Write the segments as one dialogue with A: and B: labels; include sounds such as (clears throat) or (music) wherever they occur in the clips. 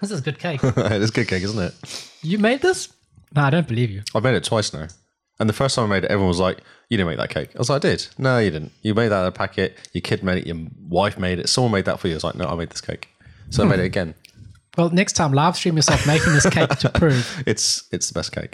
A: This is good cake. (laughs)
B: (laughs) it's good cake, isn't it?
A: you made this? No, I don't believe you.
B: I've made it twice now. And the first time I made it, everyone was like, "You didn't make that cake." I was like, "I did." No, you didn't. You made that out of a packet. Your kid made it. Your wife made it. Someone made that for you. I was like, "No, I made this cake." So
A: Hmm.
B: I made it again.
A: Well, next time, live stream yourself making this cake to
B: (laughs)
A: prove.
B: It's it's the best cake.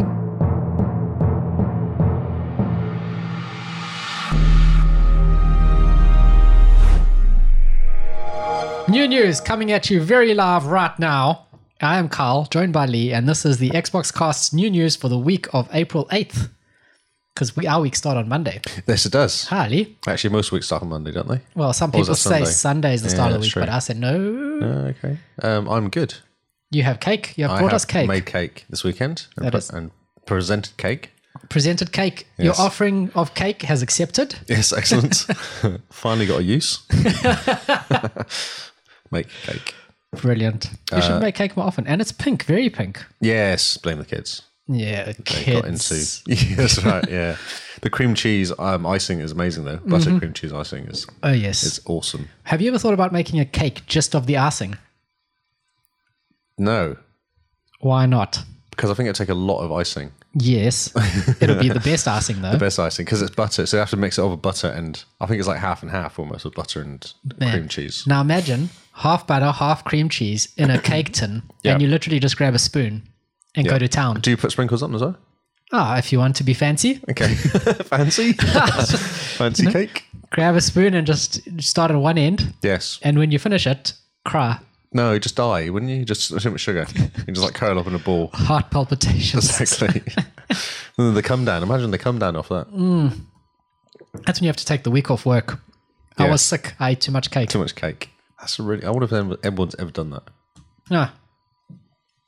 A: New news coming at you very live right now. I am Kyle, joined by Lee, and this is the Xbox Cast's new news for the week of April 8th. Because we our week start on Monday.
B: Yes, it does.
A: Hi, Lee.
B: Actually, most weeks start on Monday, don't they?
A: Well, some
B: Or was
A: people
B: that
A: say
B: Sunday?
A: Sunday is the start
B: Yeah,
A: of the
B: that's
A: week,
B: true.
A: but I said no.
B: Uh, okay. Um, I'm good.
A: You have cake. You have
B: I
A: brought
B: have
A: us cake.
B: made cake this weekend and,
A: That
B: pre-
A: is-
B: and presented cake.
A: Presented cake. Your
B: Yes.
A: offering of cake has accepted. (laughs)
B: Yes, (laughs) excellent. Finally got a use. (laughs) Make cake.
A: Brilliant. You
B: Uh,
A: should make cake more often. And it's pink, very pink.
B: Yes, blame the kids.
A: Yeah,
B: They
A: kids.
B: Got into. (laughs) Yes, right. Yeah, the cream cheese um, icing is amazing though. Butter cream cheese icing is
A: Oh, yes.
B: is awesome.
A: Have you ever thought about making a cake just of the icing?
B: No,
A: Why not?
B: because I think it'd take a lot of icing.
A: Yes. It'll
B: (laughs)
A: be the best icing, though.
B: Best icing because it's butter, so you have to mix it up with butter and I think it's like half and half almost with butter and
A: Yeah.
B: cream cheese.
A: Now imagine half butter, half cream cheese in a cake tin,
B: Yeah.
A: and you literally just grab a spoon and go to town.
B: Do you put sprinkles on as well?
A: Ah, if you want to be fancy,
B: Okay, fancy, fancy cake.
A: grab a spoon and just start at one end.
B: Yes.
A: And when you finish it, cry.
B: No, you just die, wouldn't you? Just too much sugar. You just like curl up in a ball.
A: Heart (laughs) palpitations.
B: Exactly. (laughs) And then the come down. Imagine the come down off that.
A: That's when you have to take the week off work. I was sick. I ate too much cake.
B: Too much cake. That's a really. I wonder if anyone- everyone's ever done that.
A: Ah,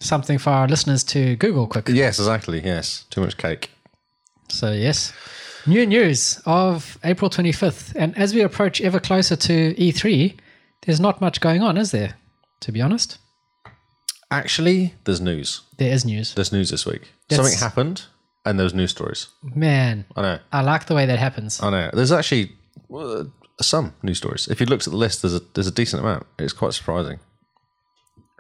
A: something for our listeners to Google quick.
B: Yes, exactly. Yes, too much cake.
A: So, yes. New news of April 25th. And as we approach ever closer to E3, there's not much going on, is there? To be honest,
B: Actually, there's news.
A: there is news.
B: There's news this week.
A: That's-
B: Something happened, and there was news stories.
A: Man,
B: I know.
A: I like the way that happens.
B: I know. There's actually uh, some news stories. If you looked at the list, there's a there's a decent amount. It's quite surprising.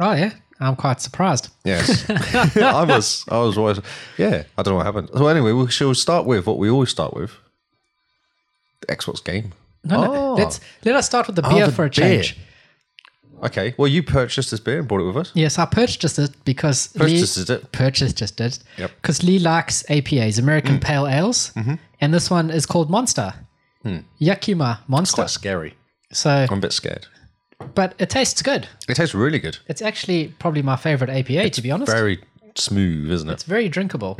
A: Oh, yeah. I'm quite surprised.
B: (laughs) Yes, I was. I was. wise- Yeah, I don't know what happened. So anyway, we shall start with what we always start with: the Xbox game.
A: No, no.
B: Oh.
A: Let's, let us start with the beer
B: the
A: for a
B: beer.
A: change.
B: Okay. Well, you purchased this beer and brought it with us.
A: Yes, I purchased it because
B: Purchased
A: Lee,
B: it.
A: Purchased just it.
B: Yep. Mm. Mm-hmm.
A: Because Lee likes APAs, American Pale Ales, and this one is called Monster.
B: Hmm.
A: Yakima Monster.
B: Quite scary.
A: So,
B: I'm a bit scared.
A: but it tastes good.
B: It tastes really good.
A: It's actually probably my favorite APA, to be honest.
B: Very Hmm. smooth, isn't it?
A: it's very drinkable.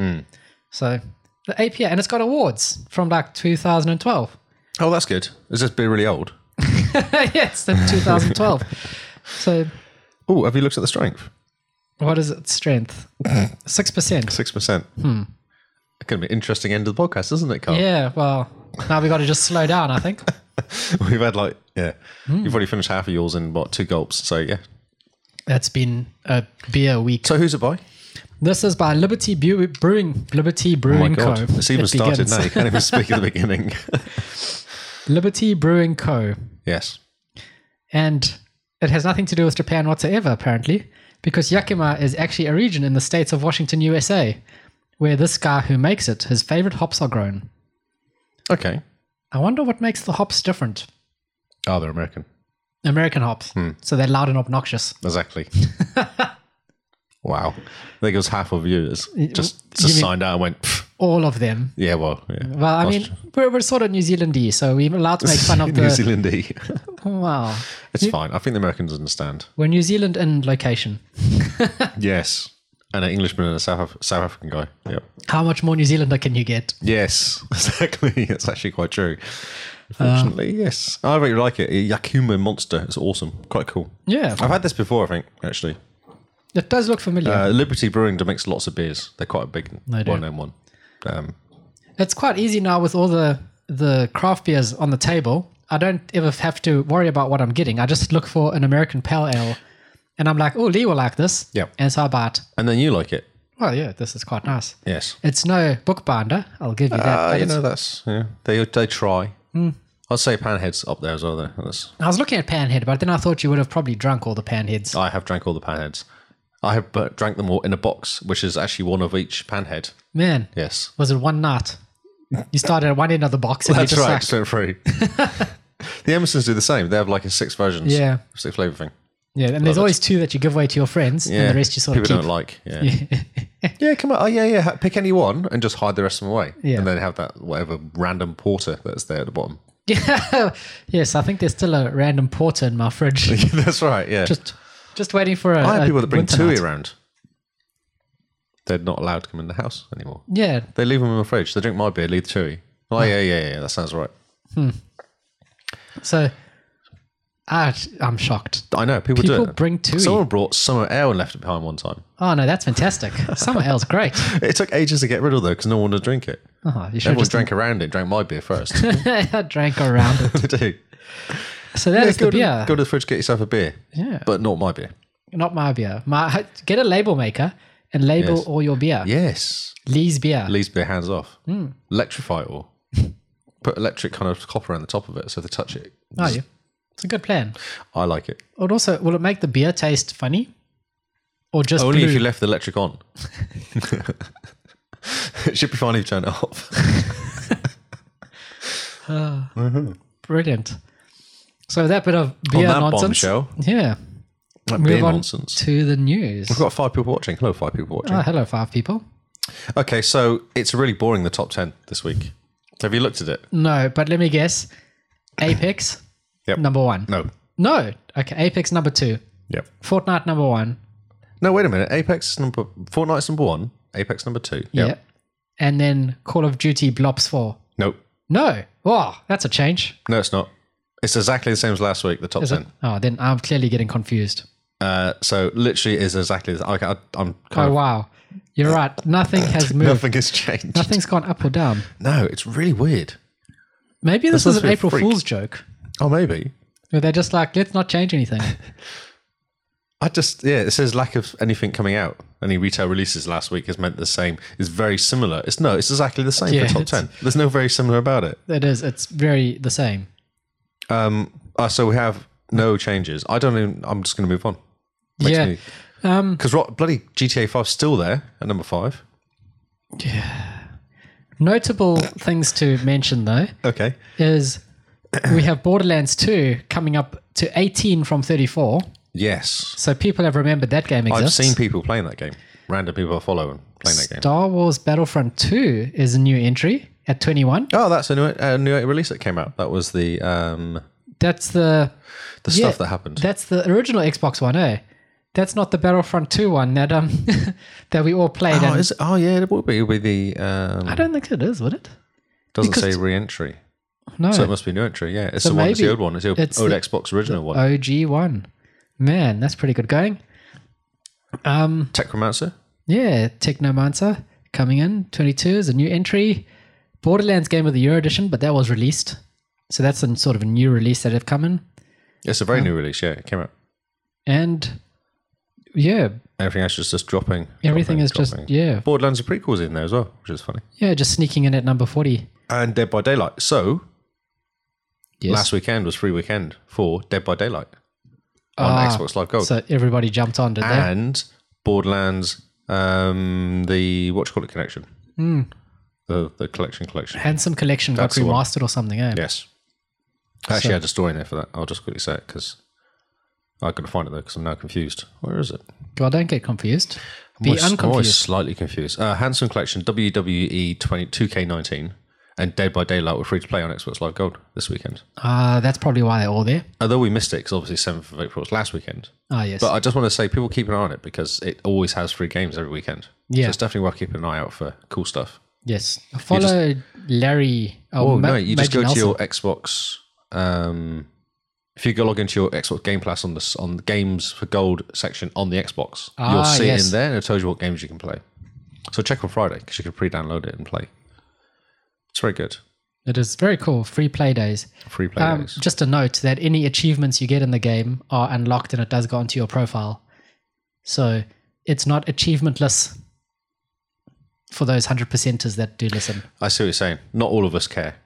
A: So the APA, and it's got awards from like 2012.
B: Oh, that's good. Is this beer really old?
A: (laughs) yes, the
B: (laughs)
A: 2012. so
B: Oh, have you looked at the strength?
A: what is its strength? Six percent.
B: Six percent. Hmm. It's going to be an interesting end of the podcast, isn't it, Carl?
A: Yeah. Well, now we got to just slow down. I think.
B: (laughs) We've had like, yeah,
A: Hmm.
B: you've already finished half of yours in what two gulps? So yeah.
A: That's been a beer week.
B: So who's it by?
A: This is by Liberty Brew- Brewing. Liberty Brewing Co.
B: Oh it's even
A: It
B: started
A: begins.
B: now. You can't even
A: (laughs)
B: speak at the beginning. (laughs)
A: Liberty Brewing Co.
B: yes.
A: and it has nothing to do with Japan whatsoever, apparently, because Yakima is actually a region in the states of Washington, USA, where this guy who makes it, his favorite hops are grown.
B: Okay.
A: I wonder what makes the hops different.
B: Oh, they're American.
A: American hops,
B: Hmm.
A: so they're loud and obnoxious. (laughs)
B: Exactly. wow. There goes half of viewers. Just,
A: you
B: just
A: mean-
B: signed out and went. "Pff,
A: All of them.
B: Yeah. Well. Yeah.
A: Well, I mean, we're, we're sort of New Zealandy, so we're allowed to make fun of
B: (laughs) New
A: the.
B: Zealandy. (laughs)
A: Wow,
B: It's fine. I think the Americans understand.
A: we're New Zealand in location.
B: Yes. And an Englishman and a South, Af- South African guy. Yep.
A: How much more New Zealander can you get? (laughs)
B: Yes, exactly. It's actually quite true. Unfortunately,
A: Um,
B: yes. I really like it. Yakuma Monster. It's awesome. Quite cool.
A: Yeah,
B: I've had this before, I think, actually.
A: it does look familiar.
B: Uh, Liberty Brewing makes lots of beers. They're quite a big,
A: Mm. They do.
B: well known one. Um,
A: it's quite easy now with all the the craft beers on the table. I don't ever have to worry about what I'm getting. I just look for an American pale ale, and I'm like, oh, Lee will like this.
B: Yep.
A: And so I buy it.
B: and then you like it.
A: Well, yeah, this is quite nice.
B: Yes.
A: It's no bookbinder. I'll give you that.
B: Uh,
A: but
B: you
A: it's-
B: know, that's, yeah. They, they try.
A: Mm.
B: I'd say Panhead's up there as well, though. That's, Oh.
A: I was looking at Panhead, but then I thought you would have probably drunk all the Panheads.
B: I have drank all the Panheads. I have uh, drank them all in a box, which is actually one of each panhead.
A: Man,
B: Yes.
A: was it one night? You started at one end of the box and you
B: That's
A: just
B: right,
A: like,
B: spent
A: (laughs)
B: free. the Emersons do the same. They have like a six versions.
A: Yeah.
B: Six flavour thing.
A: yeah. And there's always two that you give away to your friends,
B: Yeah.
A: and the rest you sort
B: People
A: of
B: don't
A: keep.
B: like. Yeah. yeah. come on. Oh, yeah, yeah. Ha- Pick any one and just hide the rest of them away.
A: Yeah.
B: And then have that whatever random porter that's there at the bottom. (laughs)
A: Yeah. (laughs) yes, I think there's still a random porter in my
B: (laughs)
A: fridge,
B: that's right. Yeah.
A: just just waiting for a.
B: I
A: a
B: have people that bring
A: winter
B: two
A: night.
B: around. They're not allowed to come in the house anymore.
A: Yeah,
B: They leave them in the fridge. They drink my beer, leave the chewy. Oh, yeah, yeah, yeah. That sounds right.
A: so I, I'm shocked.
B: I know. People, do
A: People
B: it.
A: bring two.
B: Someone brought summer ale and left it behind one time.
A: Oh no, that's
B: (laughs)
A: fantastic. Summer ale's great.
B: It took ages to get rid of though because no one would drink it.
A: Oh, you should
B: Everyone
A: just
B: drank around it, drank my
A: (laughs)
B: beer first. (laughs)
A: drank around it.
B: they do.
A: So that is
B: go,
A: the beer.
B: to, go to the fridge, get yourself a beer.
A: Yeah.
B: But not my beer.
A: Not my beer. My get a label maker and label
B: Yes.
A: all your beer.
B: Yes.
A: Lee's beer.
B: Lee's beer hands off.
A: Hmm.
B: Electrify it all. Put electric kind of copper on the top of it so they touch it.
A: Oh, yeah. It's a good plan.
B: I like it.
A: It also will it make the beer taste funny, or just
B: Only
A: blue?
B: if you left the
A: (laughs)
B: electric on. it should be fine if you turn
A: (laughs)
B: it off.
A: Brilliant. So that bit of beer
B: that
A: nonsense.
B: bombshell.
A: Yeah.
B: Like
A: Move
B: beer
A: on
B: nonsense.
A: to the news.
B: We've got five people watching. Hello, five people watching.
A: Oh, hello, five people.
B: Okay, so it's really boring the top 10 this week. Have you looked at it?
A: No, but let me guess. Apex,
B: (laughs) Yep.
A: number one.
B: No.
A: No. Okay. Apex number two.
B: Yep.
A: Fortnite number one.
B: No, wait a minute. Apex is number Fortnite's number one. Apex number two.
A: Yeah. And then Call of Duty Blops four.
B: Nope.
A: No. Wow, that's a change.
B: No, it's not. It's exactly the same as last week. The top
A: Is it?
B: ten.
A: Oh, then I'm clearly getting confused.
B: Uh, so literally is exactly. The, okay, I, I'm kind
A: Oh wow, you're right. Nothing
B: (laughs)
A: has
B: of
A: moved.
B: nothing has changed.
A: Nothing's gone up or down.
B: No, it's really weird.
A: Maybe this, is
B: This must
A: an
B: be a
A: April
B: freak.
A: Fool's joke.
B: Oh, maybe.
A: Where they're just like, let's not change
B: (laughs)
A: anything.
B: I just yeah. It says lack of anything coming out. Any retail releases last week has meant the same. Is very similar. It's no. It's exactly the same
A: Yeah,
B: for top
A: it's-
B: ten. There's no very similar about it.
A: it is. It's very the same.
B: Uh, so we have no changes. I don't even. I'm just going to move on.
A: yeah.
B: Um. Because what bloody GTA Five's still there at number five.
A: Notable things to mention though
B: Okay. (clears throat)
A: is we have Borderlands 2 coming up to 18 from 34.
B: Yes.
A: So people have remembered that game
B: I've
A: exists.
B: seen people playing that game. Random people I follow and playing that game.
A: Star Wars Battlefront 2 is a new entry at 21.
B: Oh, that's a new, a new release that came out. That was the um,
A: That's the
B: the
A: Yeah,
B: stuff that happened.
A: That's the original Xbox One, eh? That's not the Battlefront 2 one that um (laughs) that we all played.
B: oh,
A: and-
B: is it? oh, yeah, it would be. It would be the um,
A: I don't think it is, would it?
B: doesn't
A: because-
B: say re-entry,
A: No,
B: so it must be new entry. Yeah, it's the one. It's the
A: maybe
B: old one. It's the old,
A: it's
B: old
A: the-
B: Xbox original one.
A: OG one. Man, that's pretty good going. um,
B: Techromancer.
A: Yeah, Technomancer coming in. 22 is a new entry. Borderlands Game of the Year edition, but that was released. So that's a sort of a new release that have come in.
B: It's a very new release. Yeah, it came out.
A: And yeah,
B: Everything else is just dropping.
A: everything
B: dropping,
A: is just,
B: dropping.
A: yeah,
B: Borderlands of prequels in there as well, which is funny.
A: yeah, just sneaking in at number 40.
B: And Dead by Daylight. So
A: Yes.
B: last weekend was free weekend for Dead by Daylight on
A: Ah,
B: Xbox Live Gold.
A: So everybody jumped on, did
B: Ah.
A: they?
B: and Borderlands, um, the what you call it connection,
A: Hmm.
B: the the collection collection.
A: Handsome Collection got
B: the one.
A: remastered or something, eh?
B: Yes, I actually had a story in there for that. I'll just quickly say it because I got to find it though because I'm now confused. Where is it?
A: Well, don't get confused.
B: I'm
A: Be
B: always- I'm always
A: unconfused.
B: slightly confused. Uh, Handsome Collection WWE 22 k 19 and Dead by Daylight were free to play on Xbox Live Gold this weekend.
A: Ah, that's probably why they're all there.
B: Although we missed it because obviously 7th of April was last weekend.
A: Ah, yes.
B: But I just want to say, people keep an eye on it because it always has free games every weekend.
A: Yeah.
B: So it's definitely worth keeping an eye out for cool stuff.
A: yes. Follow Larry. Oh,
B: Well,
A: Ma-
B: no, you just
A: Major
B: go
A: Nelson.
B: to your Xbox. Um, if you go log into your Xbox Game Pass on this on the games for gold section on the Xbox,
A: Ah,
B: you'll see
A: yes.
B: it in there, and it tells you what games you can play. So check on Friday because you can pre-download it and play. It's very good.
A: It is very cool. Free play days.
B: Free play
A: Um,
B: days.
A: just a note that any achievements you get in the game are unlocked and it does go onto your profile. So it's not achievementless for those 100%ers that do listen.
B: I see what you're saying. Not all of us care.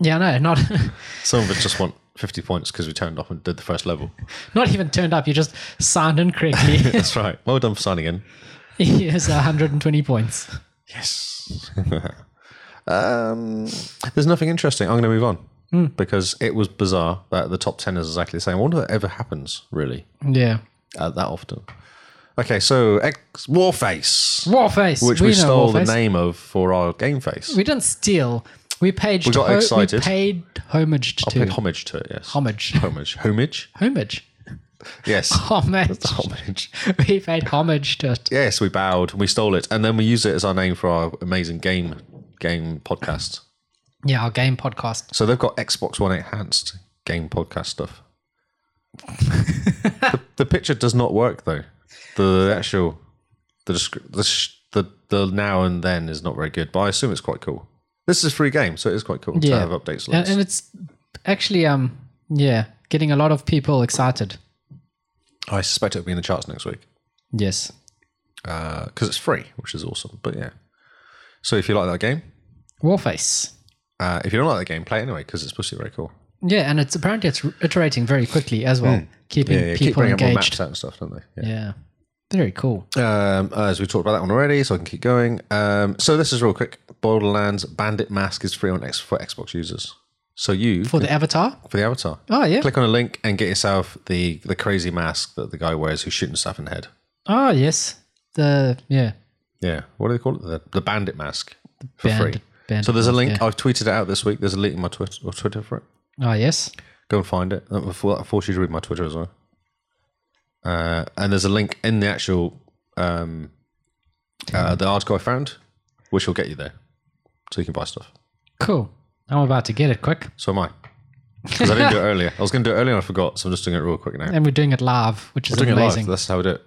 A: Yeah, no, not. (laughs)
B: Some of us just want (laughs) 50 points because we turned up and did the first
A: (laughs)
B: level.
A: Not even turned up. You just signed in
B: (laughs)
A: correctly. (laughs)
B: That's right. Well done for signing in.
A: he has 120 points.
B: Yes. um, there's nothing interesting. I'm going to move on
A: Hmm.
B: because it was bizarre that the top 10 is exactly the same. I wonder if that ever happens, really,
A: Yeah.
B: uh, that often. Okay, so X Warface,
A: Warface.
B: which we,
A: know
B: stole
A: Warface.
B: the name of for our game face.
A: We didn't steal. We paid. We
B: got excited.
A: We paid homage to.
B: Paid homage to it, yes.
A: homage.
B: Homage. Homage?
A: Homage. (laughs)
B: Yes.
A: Homage.
B: homage.
A: (laughs) we paid homage to it.
B: Yes, we bowed. We stole it. And then we use it as our name for our amazing game game podcast.
A: Yeah, our game podcast.
B: So they've got Xbox One enhanced game podcast stuff. the, the picture does not work though. The actual the descri- the, sh- the the now and then is not very good, but I assume it's quite cool. This is a free game, so it is quite cool to
A: Yeah.
B: have updates. Like
A: Uh, And,
B: this.
A: and it's actually um yeah getting a lot of people excited.
B: I suspect it'll be in the charts next week
A: Yes.
B: because it's free, which is awesome. But yeah, so if you like that game,
A: Warface.
B: uh, if you don't like that game, play it anyway because it's supposed to be very cool.
A: Yeah, and it's apparently it's iterating very quickly as well, keeping
B: Hmm. Yeah, yeah keep
A: people
B: bringing more
A: engaged.
B: maps out and stuff, don't they? Yeah.
A: Yeah. Very cool.
B: Um, as we talked about that one already, so I can keep going. Um, so this is real quick. Borderlands Bandit Mask is free on X for Xbox users. So you
A: For the avatar?
B: for the avatar,
A: Oh, yeah.
B: click on a link and get yourself the the crazy mask that the guy wears who's shooting stuff in the head.
A: Oh, yes. The, yeah.
B: Yeah, what do they call it? The, the Bandit Mask for free.
A: Bandit- Bandit
B: so there's a
A: Mask,
B: link.
A: yeah.
B: I've tweeted it out this week. There's a link in my Twitter or Twitter for it.
A: Oh, yes.
B: Go and find it. That will for- that'll force you to read my Twitter as well. Uh, and there's a link in the actual um, uh, the article I found, which will get you there, so you can buy stuff.
A: Cool. I'm about to get it quick.
B: So am I, because I didn't do it earlier. I was going to do it earlier, and I forgot, so I'm just doing it real quick now.
A: And we're doing it live, which is
B: doing it
A: amazing.
B: live. That's how we do it.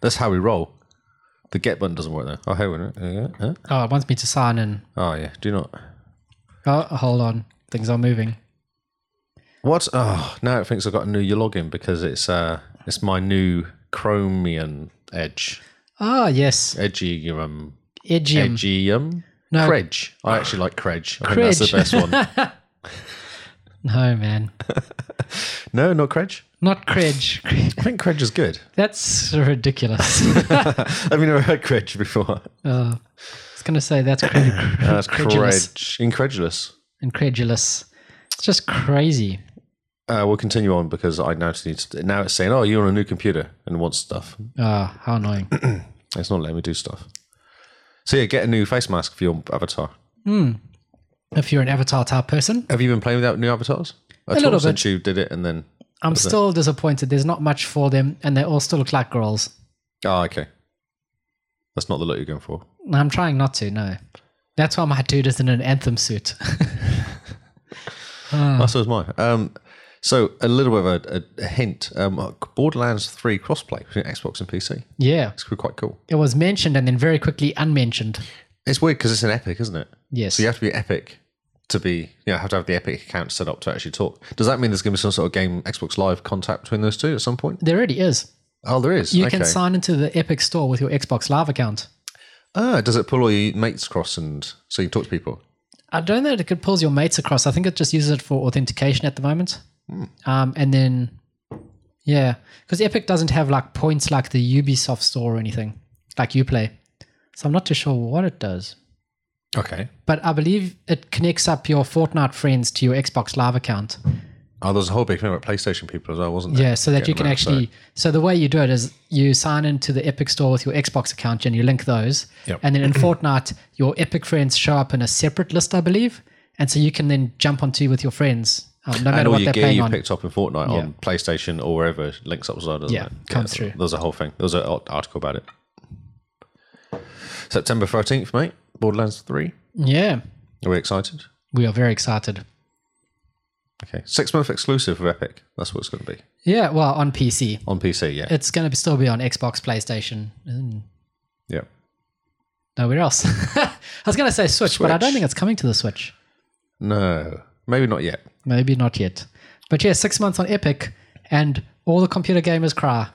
B: That's how we roll. The get button doesn't work though. Oh, hey, wouldn't it? Yeah, huh?
A: Oh, it wants me to sign in.
B: Oh yeah. Do not.
A: Oh, hold on. Things are moving.
B: What? Oh, now it thinks I've got a new login because it's uh it's my new Chromium Edge. um,
A: Ah, yes.
B: Edgium.
A: Edgium.
B: Edgium.
A: No.
B: um, Credge. I actually like Credge. I think that's the best one.
A: No, man.
B: no, not Credge.
A: Not
B: (laughs)
A: Credge. Credge.
B: I think Credge is (laughs) good.
A: That's
B: (laughs)
A: ridiculous.
B: I've never heard Credge before.
A: oh, I was going to say that's cred-
B: (laughs) That's
A: credulous.
B: Credge. Incredulous.
A: Incredulous. It's just crazy.
B: Uh, we'll continue on because I now need to, now it's saying, "Oh, you're on a new computer and wants stuff."
A: Oh, how annoying.
B: It's not letting me do stuff. So yeah, get a new face mask for your avatar.
A: if you're an avatar type person,
B: Have you been playing without new avatars? At
A: little
B: all since you did it, and then
A: I'm still disappointed. There's not much for them, and they all still look like girls.
B: oh, okay, that's not the look you're going for.
A: I'm trying not to, no. That's why my dude is in an anthem suit. (laughs)
B: Oh, so is mine. Um, so a little bit of a, a, a hint: um, Borderlands Three crossplay between Xbox and PC.
A: yeah.
B: It's quite cool.
A: It was mentioned and then very quickly unmentioned.
B: It's weird because it's an Epic, isn't it?
A: Yes.
B: So you have to be Epic to be, you know, have to have the Epic account set up to actually talk. Does that mean there's going to be some sort of game Xbox Live contact between those two at some point?
A: There already is.
B: Oh, there is.
A: You
B: okay.
A: can sign into the Epic Store with your Xbox Live account.
B: Ah, does it pull all your mates across and so you can talk to people?
A: I don't know that it could pulls your mates across. I think it just uses it for authentication at the moment. Um, and then, yeah, because Epic doesn't have like points like the Ubisoft store or anything, like Uplay. So I'm not too sure what it does.
B: Okay.
A: But I believe it connects up your Fortnite friends to your Xbox Live account.
B: Oh, there's a whole big thing about PlayStation people as well, wasn't there?
A: Yeah, so that you
B: Getting
A: can
B: them
A: actually. So the way you do it is you sign into the Epic Store with your Xbox account and you link those.
B: Yep.
A: And then in Fortnite, your Epic friends show up in a separate list, I believe, and so you can then jump onto with your friends, um, no
B: And
A: matter
B: all
A: what
B: your
A: they're
B: gear
A: playing
B: you
A: on.
B: picked up in Fortnite on PlayStation or wherever links up as well, doesn't
A: Yeah,
B: it?
A: comes through.
B: There's a whole thing. There's an article about it. September 13th, mate. Borderlands 3.
A: Yeah,
B: Are we excited?
A: we are very excited.
B: Okay. Six month exclusive of Epic. That's what it's going to be.
A: Yeah, well, on PC,
B: On PC, yeah.
A: it's going to still be on Xbox, PlayStation, and
B: yeah.
A: nowhere else. (laughs) I was going to say Switch, but I don't
B: Switch.
A: think it's coming to the Switch.
B: No. Maybe not yet.
A: Maybe not yet. But yeah, six months on Epic, and all the computer gamers cry.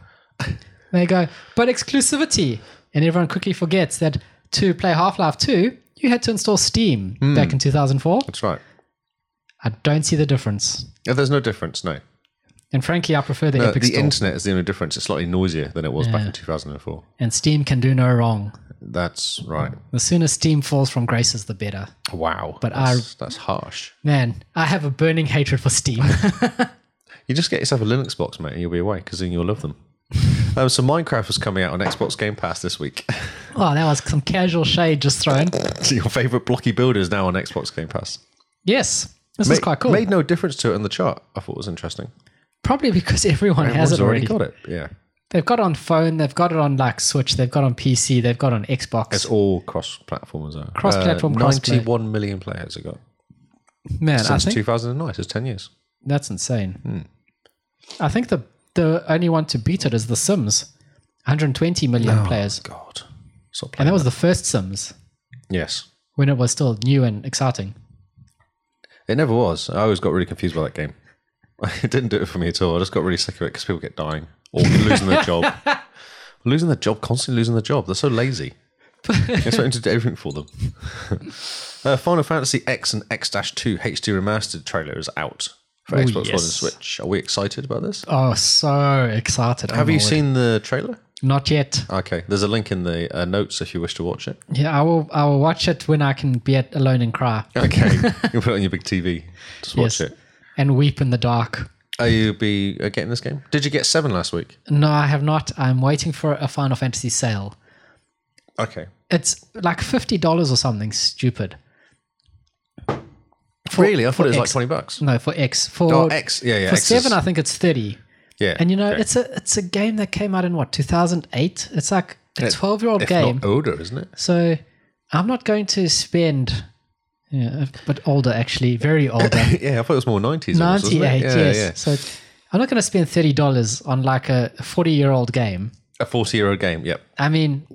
A: (laughs) they go, but exclusivity. And everyone quickly forgets that
B: Hmm.
A: to play Half Life 2, you had to install Steam back in 2004.
B: That's right.
A: I don't see the difference.
B: Yeah, there's no difference, no.
A: And frankly, I prefer the
B: No,
A: Epic
B: Uh, the
A: Store.
B: internet is the only difference. It's slightly noisier than it was back in 2004.
A: and Steam can do no wrong.
B: That's right.
A: The sooner Steam falls from graces, the better.
B: Wow.
A: But
B: that's, that's harsh.
A: Man, I have a burning hatred for Steam. (laughs)
B: You just get yourself a Linux box, mate, and you'll be away because then you'll
A: (laughs)
B: love them. um, so Minecraft was coming out on Xbox Game Pass this week. (laughs)
A: oh, that was some casual shade just thrown.
B: so your favorite blocky builder is now on Xbox Game Pass.
A: Yes, this is
B: Ma-
A: quite cool.
B: Made no difference to it on the chart. I thought it was interesting.
A: Probably because everyone has
B: Everyone's
A: it already.
B: got it. Yeah,
A: They've got it on phone, they've got it on like Switch, they've got it on PC, they've got it on Xbox.
B: it's all cross-platform as well.
A: Cross-platform, cross-play.
B: Ninety-one million players it got
A: Man, I
B: since
A: think
B: two thousand and nine. So it's ten years.
A: that's insane.
B: Hmm.
A: I think the the only one to beat it is The Sims, 120 million players,
B: Oh, God, stop
A: and
B: playing.
A: that was the first Sims
B: yes,
A: when it was still new and exciting.
B: it never was. I always got really confused by that game. (laughs) It didn't do it for me at all. I just got really sick of it because people get dying or losing their job,
A: (laughs)
B: losing their job constantly, losing their job. They're so lazy. It's something to do everything for them. (laughs) uh, Final Fantasy X and X 2 HD Remastered trailer is out for
A: Oh,
B: Xbox One and
A: yes.
B: Switch. Are we excited about this?
A: Oh, so excited! Oh
B: Have
A: my
B: you
A: word.
B: seen the trailer?
A: Not yet.
B: Okay, there's a link in the uh, notes if you wish to
A: (laughs)
B: watch it.
A: Yeah, I will. I will watch it when I can be at, alone and cry.
B: Okay, you can put it on your big TV. Just watch it.
A: and weep in the dark.
B: Are you be uh, getting this game? Did you get seven last week?
A: No, I have not. I'm waiting for a Final Fantasy sale.
B: Okay,
A: It's like fifty dollars or something stupid.
B: really? I thought it was like
A: X.
B: twenty bucks.
A: No, for X. For
B: Oh, X. Yeah, yeah.
A: For
B: X
A: seven,
B: is-
A: I think it's thirty.
B: yeah.
A: And you know,
B: okay.
A: it's a it's a game that came out in what two thousand eight. It's like a
B: It-
A: twelve year old
B: if
A: game.
B: not older, isn't it? (laughs)
A: so I'm not going to spend. Yeah, but older actually, very
B: (coughs)
A: older.
B: yeah, I thought it was more nineties.
A: 98
B: Yeah,
A: yes
B: yeah.
A: so i'm not going to spend $30 on like a 40 year old game
B: A forty-year-old game. Yep.
A: i mean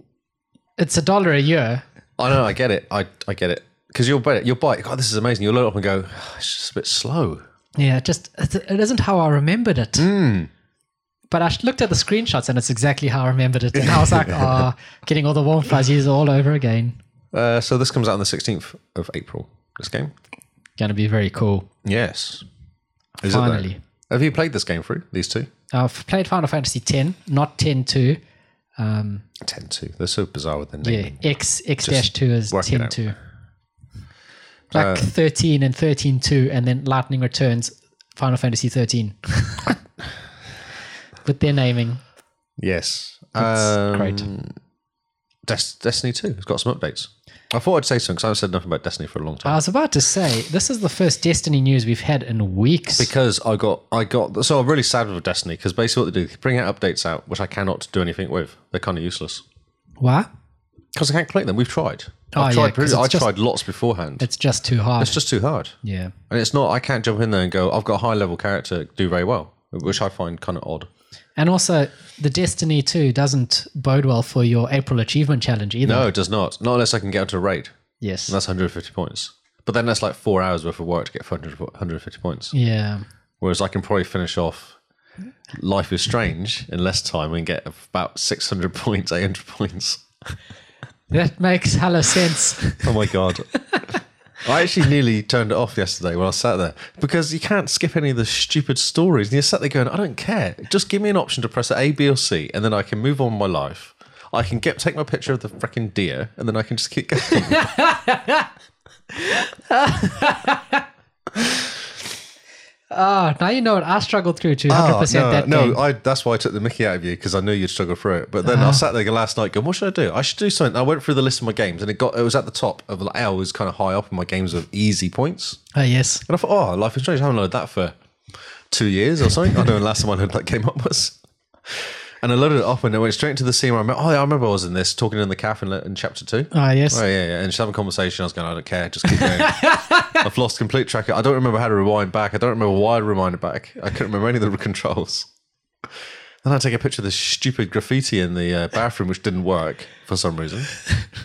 A: it's a dollar a year
B: I know. I get it. I I get it. Because you'll buy it. You'll buy it. God, this is amazing. You'll load it up and go. "Oh, it's just a bit slow.
A: yeah it just it it isn't how i remembered it
B: Hmm.
A: but i looked at the screenshots and it's exactly how i remembered it and i was like oh
B: (laughs)
A: getting all the warm fuzzies all over again
B: Uh, so this comes out on the sixteenth of April. This game.
A: gonna be very cool
B: Yes. Is it though?
A: finally
B: Have you played this game through? These two.
A: i've played final fantasy 10 not 10 2 um,
B: Ten two. They're so bizarre with their
A: yeah
B: name.
A: x x dash 2 is
B: work it
A: 10
B: out. Uh,
A: 2 like 13 and 13 2 and then lightning returns final fantasy
B: (laughs)
A: 13 with their naming
B: Yes.
A: it's
B: Um,
A: great
B: Des- Destiny two. It's got some updates. I thought I'd say something because I haven't said nothing about Destiny for a long time.
A: i was about to say this is the first destiny news we've had in weeks
B: because I got I got so I'm really sad with Destiny because basically what they do they bring out updates out which I cannot do anything with. They're kind of useless
A: why
B: because I can't collect them. We've tried.
A: Oh, yeah,
B: I've tried.
A: 'cause
B: previous-
A: it's
B: I
A: just-
B: tried lots beforehand. It's,
A: it's just too hard
B: just too hard,
A: yeah
B: and it's not. I can't jump in there and go. I've got a high level character do very well, which I find kind of odd.
A: and also the destiny 2 doesn't bode well for your april achievement challenge either
B: No, it does not. Not unless I can get onto a raid.
A: yes
B: That's 150 points. But then that's like four hours worth of work to get 400 150 points.
A: yeah
B: Whereas I can probably finish off Life is Strange in less time and get about 600 (laughs) points, 800 points.
A: that makes hella
B: (laughs)
A: sense
B: Oh my god. I actually nearly turned it off yesterday when I sat there because you can't skip any of the stupid stories. And you're sat there going, I don't care. Just give me an option to press A, B, or C, and then I can move on with my life. I can get take my picture of the freaking deer, and then I can just keep (laughs) going.
A: oh now you know what i struggled through 200%
B: Ah, no,
A: that
B: Oh, no
A: game
B: I, that's why I took the mickey out of you because I knew you'd struggle through it. But then I sat there last night going, what should I do? I should do something. I went through the list of my games and it got it was at the top of like, I was kind of high up in my games of easy points.
A: oh yes
B: And I thought, oh, Life is Strange. I haven't loaded that for two years or something. I don't know when the last time I loaded that game up was. And I loaded it up and it went straight to the scene where I'm, oh, yeah, I remember I was in this, talking in the cafe in, in chapter two.
A: oh yes
B: Oh yeah, yeah. And just having a conversation, I was going, I don't care, just keep
A: (laughs)
B: going. I've lost complete track. I don't remember how to rewind back. I don't remember why I reminded back. I couldn't remember any of the (laughs) controls. Then I take a picture of this stupid graffiti in the uh, bathroom, which didn't work for some reason.
A: (laughs)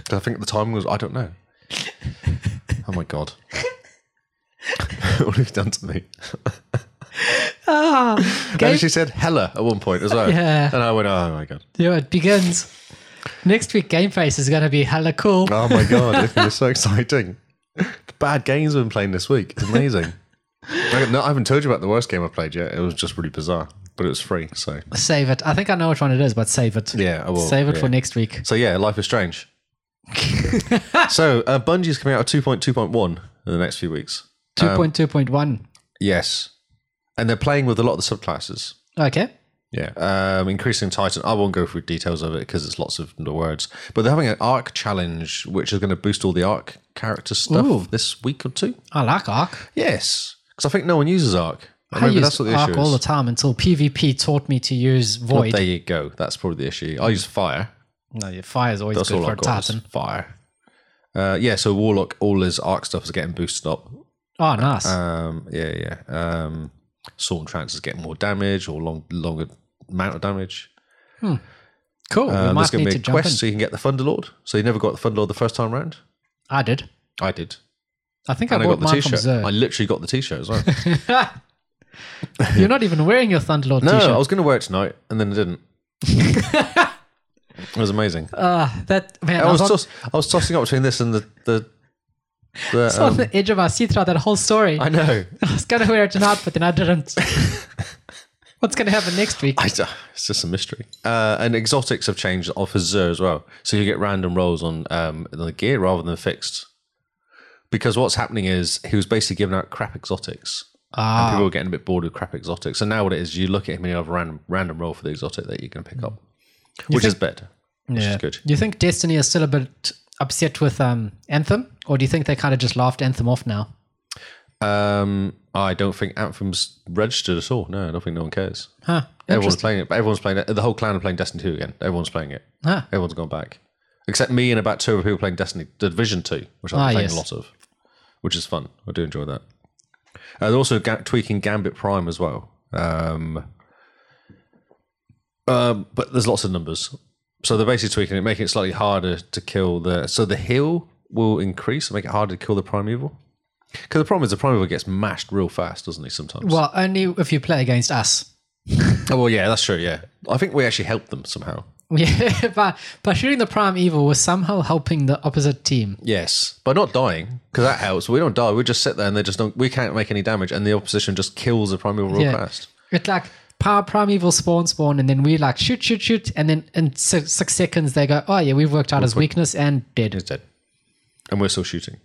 B: 'Cause I think the timing was I don't know. Oh my god, (laughs) what have you done to me?
A: Game-
B: And she said "Hella" at one point as well.
A: Ah, Yeah.
B: And I went, oh my god,
A: Yeah, it begins. Next week, Game Face is going to be hella cool.
B: Ah.
A: (laughs)
B: (laughs) oh my god, it's so exciting. The bad games we've been playing this week. It's amazing. I, no, I haven't told you about the worst game I played yet. It was just really bizarre, but it was free. So
A: Save it. I think I know which one it is, but save it.
B: yeah, I will.
A: Save it
B: yeah.
A: for next week.
B: So yeah, life is strange.
A: (laughs)
B: so uh, Bungie's coming out of 2.2.1 in the next few weeks.
A: 2.2.1.
B: Yes, and they're playing with a lot of the subclasses.
A: Okay.
B: Yeah, um, increasing Titan. I won't go through details of it because it's lots of the words. But they're having an arc challenge, which is going to boost all the arc character stuff
A: Ooh.
B: this week or two.
A: I like Ark.
B: Yes, because I think no one uses arc.
A: I use Ark all the time until PvP taught me to use
B: Well,
A: Void.
B: there you go. That's probably the issue. I use fire.
A: no, your fire is always
B: That's
A: good
B: all
A: for a
B: I've got. is
A: Titan.
B: Fire. Uh, yeah, so Warlock, all his arc stuff is getting boosted up.
A: Oh, nice.
B: Um, yeah, yeah. Um, Sword and Trance is getting more damage or long, longer amount of damage.
A: cool. we
B: Um, there's
A: might
B: going
A: need to
B: to be a
A: jump
B: quest
A: in.
B: so you can get the Thunderlord. So you never got the Thunderlord the first time round.
A: I did.
B: I did.
A: I think
B: And
A: I
B: I got
A: bought
B: the
A: mine
B: t
A: from
B: shirt. (laughs)
A: Zerg.
B: I literally got the t shirt
A: (laughs)
B: as well.
A: You're not even wearing your Thunderlord
B: no, I
A: t-shirt.
B: was going to wear it tonight and then
A: (laughs)
B: I didn't. it was amazing.
A: Ah, that man,
B: I, was
A: on,
B: toss- I was tossing up between this and the. the, the
A: I was on
B: um,
A: the edge of my seat throughout that whole story.
B: (laughs) I know.
A: (laughs) I was gonna wear it tonight, but then I
B: (laughs)
A: didn't. What's gonna happen next week?
B: I d- it's just a mystery. Uh, and exotics have changed off Azure as well. So you get random rolls on um, on the gear rather than fixed. Because what's happening is he was basically giving out crap exotics. And people were getting a bit bored with crap exotics. And now what it is, you look at him and you have a random, random roll for the exotic that you can pick up, which is better. Which is good.
A: Do you think Destiny is still a bit upset with um, Anthem, or do you think they kind of just laughed Anthem off now?
B: Um, I don't think Anthem's registered at all. No, I don't think no one cares.
A: Huh?
B: Everyone's playing it. but Everyone's playing it. The whole clan are playing Destiny 2 again. Everyone's playing it.
A: Huh.
B: Everyone's gone back. Except me and about two other people playing Destiny Division 2, which I'm
A: Ah,
B: playing
A: yes.
B: a lot of, which is fun. I do enjoy that. Uh, they're also ga- tweaking Gambit Prime as well. Um, um, but there's lots of numbers. So they're basically tweaking it, making it slightly harder to kill the. So the heal will increase, make it harder to kill the primeval. Because the problem is the primeval gets mashed real fast, doesn't he? Sometimes.
A: Well, only if you play against us.
B: oh, well, yeah, that's true. Yeah, I think we actually helped them somehow.
A: Yeah, (laughs) but by shooting the prime evil was somehow helping the opposite team.
B: Yes, but not dying because that helps. We don't die. We just sit there and they just don't. We can't make any damage, and the opposition just kills the primeval real
A: Yeah.
B: fast.
A: It's like power primeval spawn spawn, and then we like shoot shoot shoot, and then in six, six seconds they go, oh yeah, we've worked out his weakness and dead.
B: Dead, and we're still shooting.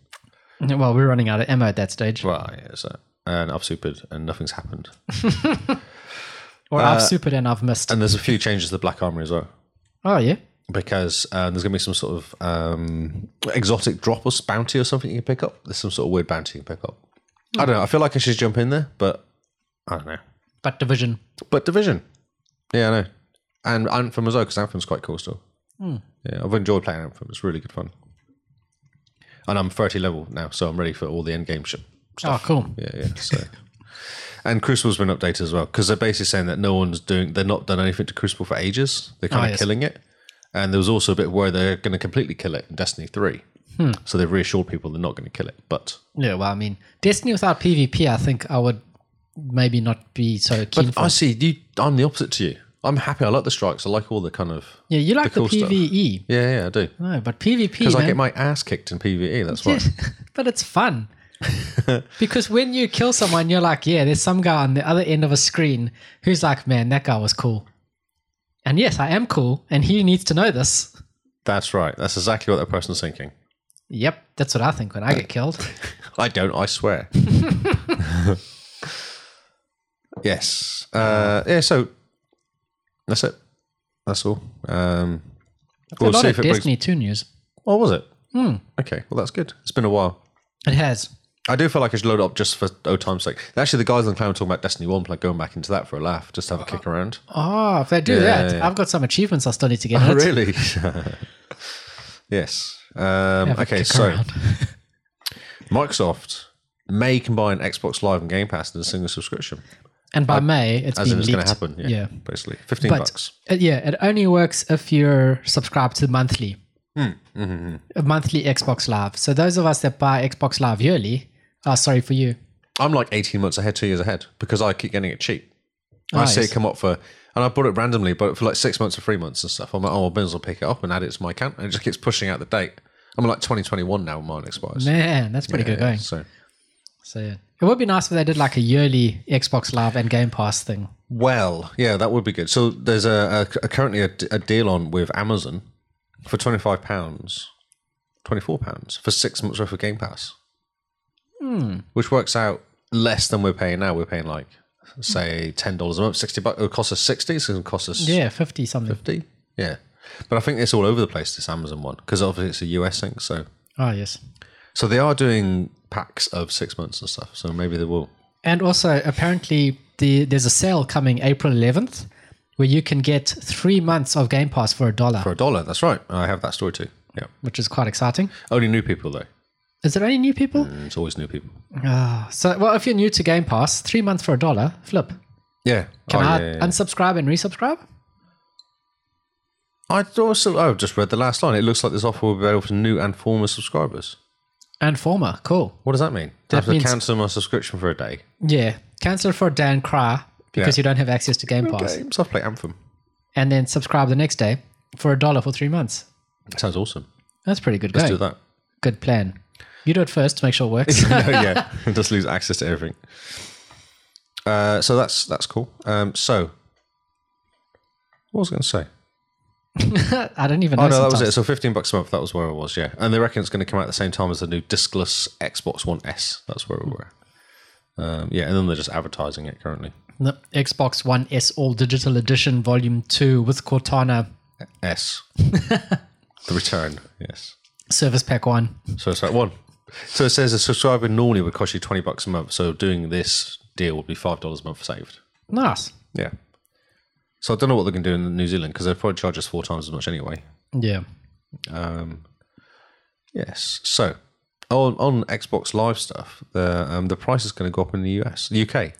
A: Well, we're running out of ammo at that stage,
B: Well, yeah, so and I've supered, and nothing's happened.
A: or I've supered and I've missed.
B: Uh, And there's a few changes to the black armor as well.
A: oh yeah,
B: because um, there's going to be some sort of um, exotic drop or s- bounty or something you can pick up. There's some sort of weird bounty you can pick up. I don't know. I feel like I should jump in there, but I don't know.
A: but division.
B: But Division. Yeah, I know. And Anthem as well, because Anthem's quite cool still.
A: Hmm.
B: Yeah, I've enjoyed playing Anthem. It's really good fun. And I'm 30 level now, so I'm ready for all the end game shit.
A: Oh cool.
B: Yeah, yeah.
A: (laughs)
B: So. And Crucible's been updated as well because they're basically saying that no one's doing, they've not done anything to Crucible for ages. They're kind
A: Oh,
B: of
A: yes.
B: killing it. And there was also a bit where they're going to completely kill it in Destiny 3.
A: Hmm.
B: So they've reassured people they're not going to kill it. But
A: Yeah, well, I mean, Destiny without PvP, I think I would maybe not be so keen.
B: I see, you, I'm the opposite to you. I'm happy. I like the strikes. I like all the kind of.
A: yeah, you like the,
B: cool stuff.
A: PVE,
B: Yeah, yeah, I do.
A: no, but PvP,
B: Because I
A: man,
B: get my ass kicked in PvE. That's why.
A: (laughs) but it's
B: (laughs)
A: fun because when you kill someone, you're like, yeah, there's some guy on the other end of a screen who's like, man, that guy was cool, and yes, I am cool, and he needs to know this.
B: That's right. That's exactly what that person's thinking.
A: Yep, that's what I think when I get killed.
B: I don't.
A: (laughs)
B: I swear. yes. Uh, yeah. So that's it. That's all. Um,
A: a
B: we'll
A: lot
B: see
A: of Hmm.
B: if it brings.
A: Destiny 2 news.
B: Oh, was it? Okay. Well, that's good. It's been a while.
A: It has.
B: I do feel like I should load up just for old time's sake. Actually, the guys on the clan were talking about Destiny One, like going back into that for a laugh, just to have a kick around.
A: Oh, if they do that, I've got some achievements I still need to get. in
B: Oh,
A: it.
B: (laughs) really? yes. Um,
A: Have a
B: okay,
A: kick
B: so
A: around.
B: Microsoft may combine Xbox Live and Game Pass in a single subscription,
A: and by May, it's
B: as
A: been
B: in it's
A: leaked.
B: going to happen. Yeah,
A: Yeah.
B: basically, fifteen
A: but
B: bucks.
A: uh, yeah, it only works if you're subscribed to monthly,
B: Hmm,
A: A monthly Xbox Live. So those of us that buy Xbox Live yearly, oh, sorry for you.
B: I'm like eighteen months ahead, two years ahead, because I keep getting it cheap. I see
A: Nice.
B: it come up for, and I bought it randomly, but for like six months or three months and stuff. I'm like, oh, well, Benz will pick it up and add it to my account, and it just keeps pushing out the date. I'm like 2021 now. when Mine expires.
A: Man, that's pretty good going.
B: So
A: So yeah, It would be nice if they did like a yearly Xbox Live and Game Pass thing.
B: Well, yeah, that would be good. So there's a, a, a currently a, d- a deal on with Amazon for twenty five pounds, twenty four pounds for six months worth of Game Pass, which works out less than we're paying now. We're paying like say ten dollars a month, sixty bucks. It would cost us sixty, so it would cost us
A: Yeah, fifty something.
B: fifty. Yeah, but I think it's all over the place. This Amazon one because obviously it's a US thing. So
A: Oh yes.
B: so they are doing packs of six months and stuff. So maybe they will.
A: And also, apparently, the, there's a sale coming April 11th where you can get three months of Game Pass for a dollar,
B: For a dollar, that's right. I have that story too. Yeah.
A: which is quite exciting.
B: Only new people though.
A: Is there any new people?
B: Mm, It's always new people.
A: Ah, so, well, if you're new to Game Pass, three months for a dollar, flip.
B: Yeah.
A: Can
B: Oh,
A: I
B: yeah, yeah, yeah.
A: unsubscribe and resubscribe?
B: I also I've just read the last line. It looks like this offer will be available for new and former subscribers.
A: And former, cool.
B: What does that mean? I have to
A: means-
B: cancel my subscription for a day.
A: Yeah, cancel for Dan Cry because
B: Yeah.
A: you don't have access to Game Pass,
B: Games. I've played Anthem.
A: and then subscribe the next day for a dollar for three months.
B: Sounds awesome.
A: That's pretty good
B: Let's
A: going.
B: do that. (laughs)
A: Good plan. You do it first to make sure it works. (laughs)
B: No, yeah, (laughs) just lose access to everything. Uh, so that's that's cool. Um, so what was I going to say?
A: I don't even know.
B: Oh no, that was
A: sometimes.
B: it. So fifteen bucks a month. That was where I was. Yeah, and they reckon it's going to come out at the same time as the new discless Xbox One S. That's where we were. Um, yeah, and then they're just advertising it currently.
A: The Xbox One S All Digital Edition Volume 2 with Cortana
B: S. the return. Yes.
A: Service Pack 1.
B: So it's like one. So it says a subscriber normally would cost you twenty bucks a month. So doing this deal would be five dollars a month saved.
A: Nice.
B: Yeah. So I don't know what they're going to do in New Zealand because they'll probably charge us four times as much anyway.
A: Yeah.
B: Yes. So on on Xbox Live stuff, the um, the price is going to go up in the US, the UK.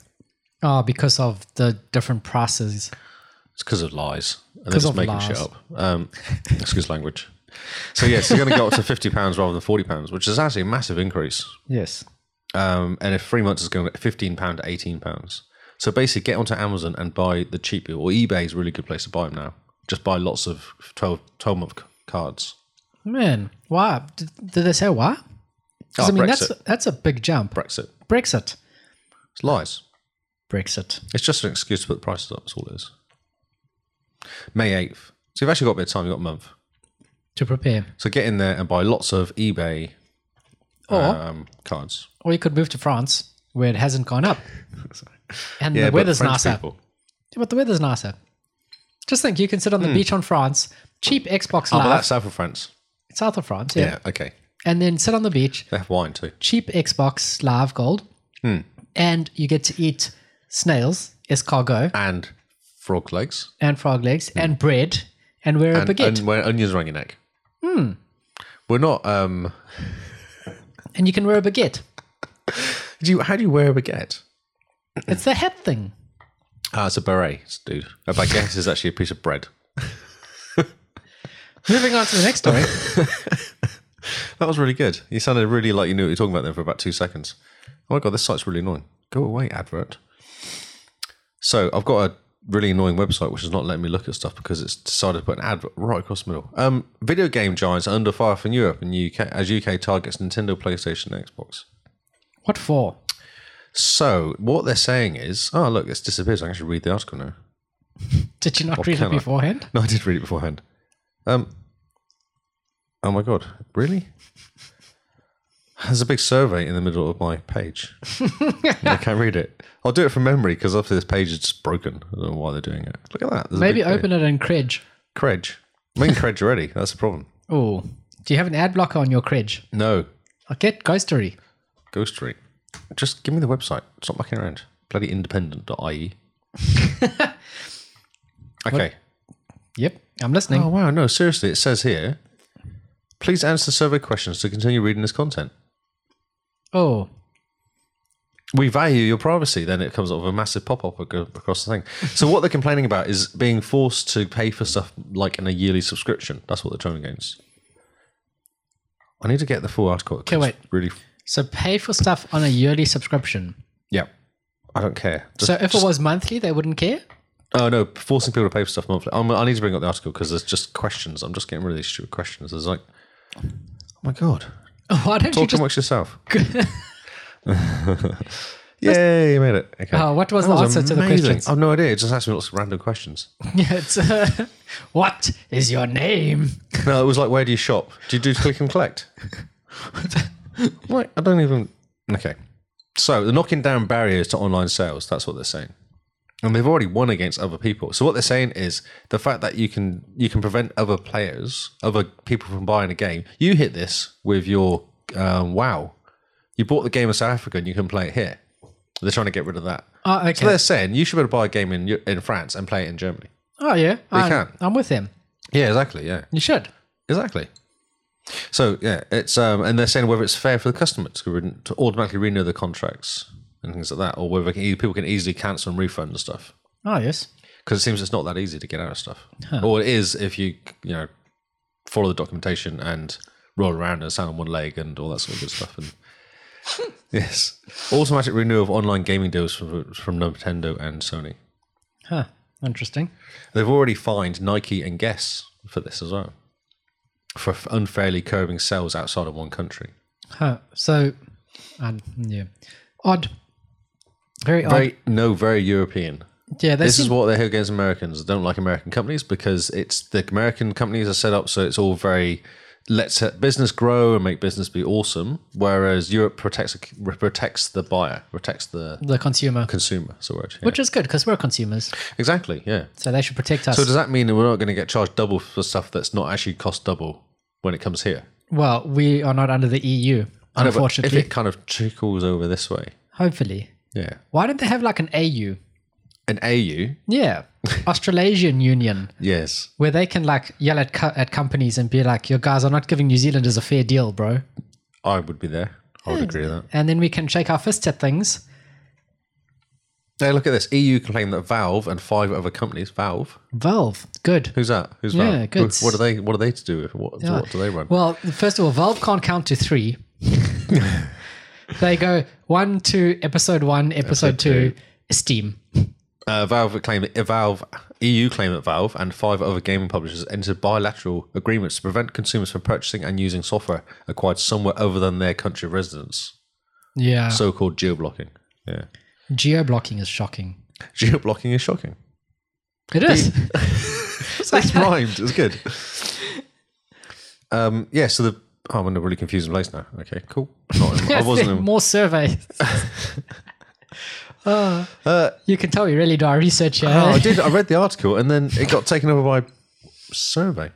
A: Oh, because of the different prices.
B: It's because of lies. And they're
A: 'Cause
B: just
A: of
B: making
A: lies.
B: shit up. Um, excuse language. So yes, you're going to go up to fifty pounds rather than forty pounds, which is actually a massive increase.
A: Yes.
B: Um, and if three months is going to fifteen pound to eighteen pounds. So basically, get onto Amazon and buy the cheap deal. Or eBay is a really good place to buy them now. Just buy lots of 12, 12 month c- cards.
A: Man, why? Did, did they say why? 'Cause,
B: Oh,
A: I mean, that's,
B: Brexit.
A: that's a big jump.
B: Brexit.
A: Brexit.
B: It's lies.
A: Brexit.
B: It's just an excuse to put the prices up. That's all it is. May eighth. So you've actually got a bit of time. You've got a month.
A: To prepare.
B: So get in there and buy lots of eBay
A: Or,
B: um, cards.
A: or you could move to France where it hasn't gone
B: (laughs)
A: up. And the
B: but
A: weather's
B: French
A: nicer.
B: people-
A: But the weather's nicer. Just think you can sit on the beach on France, cheap Xbox
B: Oh, Hmm. but
A: Live,
B: that's south of France.
A: south of France,
B: Yeah.
A: yeah.
B: okay.
A: And then sit on the beach,
B: They have wine too.
A: cheap Xbox Live Gold,
B: Hmm.
A: and you get to eat snails, escargot,
B: And frog legs.
A: and frog legs, and bread, and wear a
B: And,
A: baguette.
B: and
A: And,
B: when onions around your neck. Hmm. We're not. Um,
A: you can wear a baguette.
B: Hmm. do you, how do you wear a baguette?
A: It's the hat thing.
B: Ah, it's a beret, dude. A baguette is actually a piece of bread.
A: Moving on to the next story.
B: (laughs) That was really good. You sounded really like you knew what you were talking about there for about two seconds. Oh my god, this site's really annoying. Go away, advert. So I've got a really annoying website which is not letting me look at stuff because it's decided to put an advert right across the middle. Um, video game giants are under fire from Europe and UK as UK targets Nintendo, PlayStation, and Xbox.
A: what for?
B: So what they're saying is, oh look, it's disappeared. So I can actually read the article now.
A: Did you not read it
B: can I?
A: beforehand?
B: (laughs) No, I did read it beforehand. Um, oh my god, really? There's a big survey in the middle of
A: (laughs)
B: my page. And I can't read it. I'll do it from memory because after this page is just broken. I don't know why they're doing it. Look at that. There's a
A: Maybe
B: big
A: open it in Credge.
B: Credge. I'm in Credge already. That's the problem.
A: Oh, do you have an ad blocker on your Credge?
B: No,
A: I get Ghostery.
B: Ghost Street. Just give me the website. Stop mucking around. Bloody independent.ie.
A: (laughs)
B: okay.
A: Yep, I'm listening.
B: Oh wow, no, seriously, it says here. Please answer survey questions to continue reading this content.
A: Oh,
B: we value your privacy. Then it comes up with a massive pop up across the thing. So what they're complaining about is being forced to pay for stuff like in a yearly subscription. That's what they're trying against. I need to get the full article. Okay,
A: wait.
B: Really?
A: so pay for stuff on a yearly subscription.
B: Yeah. I don't care. Just-
A: So if it was monthly, they wouldn't care. (laughs)
B: oh no, forcing people to pay for stuff monthly. I'm, I need to bring up the article because there's just questions. I'm just getting really stupid questions. There's like, oh my god,
A: Why don't you
B: talk
A: just (laughs)
B: amongst yourself. Yay, you made it. Okay.
A: Oh, what was the answer to the
B: amazing.
A: questions?
B: I've no idea. It just asked me lots of random questions.
A: Yeah, it's, uh, (laughs) what is your name?
B: No, it was like, where do you shop? Do you do click and collect? Wait, I don't even. Okay. So they're knocking down barriers to online sales. That's what they're saying, and they've already won against other people. So what they're saying is the fact that you can you can prevent other players, other people from buying a game. You hit this with your um, WoW. You bought the game in South Africa, and you can play it here. They're trying to get rid of that.
A: Oh, okay.
B: So they're saying you should be able to buy a game in Eu- in France and play it in Germany.
A: oh, yeah. I'm,
B: can.
A: I'm with him.
B: Yeah, exactly. Yeah.
A: You should.
B: Exactly. So yeah, it's um, and they're saying whether it's fair for the customer to, re- to automatically renew the contracts and things like that, or whether can, e, people can easily cancel and refund and stuff.
A: Oh, yes.
B: Because it seems it's not that easy to get out of stuff, or it is if you you know follow the documentation and roll around and stand on one leg and all that sort of good stuff. And (laughs) yes, automatic renewal of online gaming deals from from Nintendo and Sony.
A: Huh. Interesting.
B: They've already fined Nike and Guess for this as well, for f- unfairly curbing sales outside of one country.
A: Huh. So, um, yeah. Odd. Very odd.
B: Very no, very European.
A: yeah, they
B: This
A: seem,
B: is what they're here against Americans. They don't like American companies because it's the American companies are set up so it's all very let's let business grow and make business be awesome, whereas Europe protects protects the buyer, protects the
A: the consumer,
B: consumer. So word. yeah.
A: which is good because we're consumers.
B: exactly, yeah.
A: So they should protect us.
B: So does that mean that we're not going to get charged double for stuff that's not actually cost double when it comes here?
A: well, we are not under the EU,
B: I know, but
A: unfortunately.
B: if it kind of trickles over this way,
A: Hopefully.
B: yeah,
A: Why don't they have like an AU?
B: an AU,
A: (laughs) Yeah. Australasian Union,
B: yes,
A: where they can like yell at, co- at companies and be like, your guys are not giving New Zealanders a fair deal, bro.
B: I would be there. I would agree with that.
A: And then we can shake our fists at things.
B: Now look at this. EU claim that Valve and five other companies. Valve.
A: Valve, good.
B: Who's that? Who's
A: Yeah,
B: Valve? Who-
A: good.
B: What are they? What are they to do with? What, what do they run?
A: Ah. Well, first of all, Valve can't count to (laughs) three. they go one, two, episode one, episode two, Steam.
B: Uh, Valve claim that Valve EU claim that Valve and five other gaming publishers entered bilateral agreements to prevent consumers from purchasing and using software acquired somewhere other than their country of residence,
A: Yeah. So-
B: so-called geo-blocking. Yeah,
A: Geo blocking is shocking.
B: geo-blocking is shocking.
A: It (laughs) is. (laughs)
B: it's rhymed. It's good. Um, yeah. So the oh, I'm in a really confusing place now. Okay, cool. Not- I
A: (laughs)
B: wasn't. in-
A: More
B: (laughs)
A: surveys. Oh, you can tell we really do our research here.
B: Uh, Oh, I
A: eh?
B: did. I read the article, and then it got taken over by survey.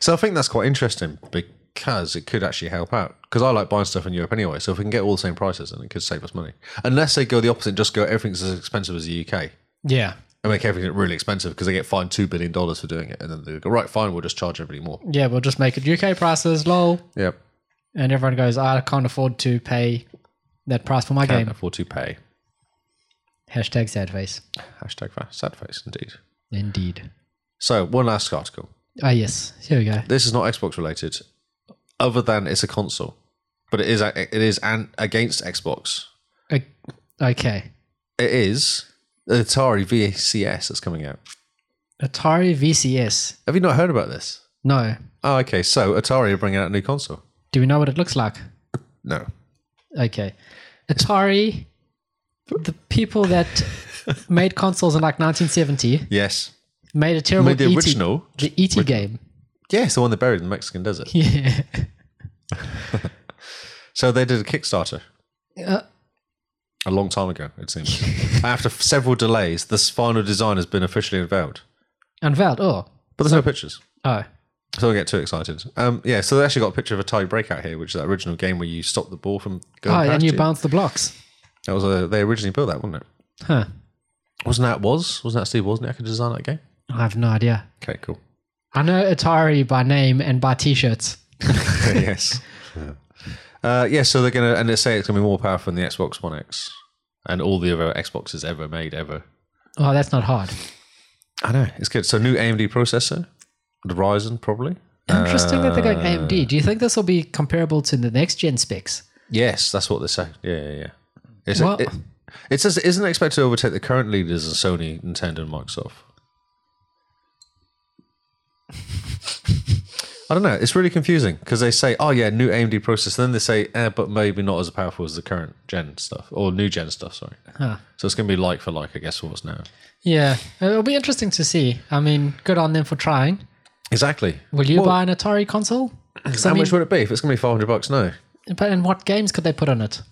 B: So I think that's quite interesting because it could actually help out. Because I like buying stuff in Europe anyway, so if we can get all the same prices, then it could save us money. Unless they go the opposite, and just go everything's as expensive as the UK
A: (laughs) Yeah.
B: and make everything really expensive because they get fined two billion dollars for doing it, and then they go right, fine, we'll just charge everybody more.
A: Yeah, we'll just make it UK prices, lol.
B: Yep,
A: And everyone goes, "Ah, I can't afford to pay that price for my
B: can't
A: game.
B: afford to pay.
A: Hashtag sad face.
B: Hashtag fa- sad face indeed.
A: Indeed.
B: So one last article.
A: Ah, yes. Here we go.
B: this is not Xbox related, other than it's a console, but it is it is an, against Xbox.
A: O- Okay.
B: It is the Atari VCS that's coming out.
A: Atari VCS.
B: Have you not heard about this?
A: No.
B: Oh, okay. So Atari are bringing out a new console.
A: Do we know what it looks like?
B: No,
A: Okay. Atari, the people
B: (laughs)
A: that made consoles in like 1970,
B: yes,
A: made a terrible E
B: made the
A: ET
B: original.
A: The ET game.
B: Yes, the one they buried in the Mexican desert.
A: (laughs) Yeah.
B: So they did a Kickstarter.
A: Uh.
B: A long time ago, it seems. After several delays, this final design has been officially unveiled,
A: Unveiled. Oh.
B: but there's no pictures.
A: Oh.
B: So don't get too excited. Um, yeah, so they actually got a picture of a tie breakout here, which is that original game where you stop the ball from
A: Oh,
B: going past
A: and you
B: you.
A: bounce the blocks.
B: that was a, they originally built that, wasn't it?
A: Huh.
B: Wasn't that was? Wasn't that Steve Wozniak who designed that game?
A: I have no idea.
B: Okay, cool.
A: I know Atari by name and by t shirts.
B: (laughs) yes. Uh, yeah, so they're gonna and they say it's gonna be more powerful than the Xbox One X and all the other Xboxes ever made ever.
A: Oh, that's not hard.
B: I know it's good. So new AMD processor, the Ryzen probably.
A: Interesting that they're going
B: Uh,
A: AMD. Do you think this will be comparable to the next gen specs?
B: Yes, that's what they say. Yeah, yeah, yeah. It's
A: Well-
B: it, it says it isn't expected to overtake the current leaders of Sony, Nintendo, and Microsoft. I don't know. It's really confusing because they say, "Oh yeah, new AMD processor," then they say, eh, "But maybe not as powerful as the current gen stuff or new gen stuff." Sorry. So it's going to be like for like, I guess, what's now.
A: Yeah, it'll be interesting to see. I mean, good on them for trying.
B: Exactly.
A: Will you
B: Well,
A: buy an Atari console? 'Cause I
B: How
A: mean,
B: much would it be if it's going to be five hundred bucks? No.
A: but and what games could they put on it?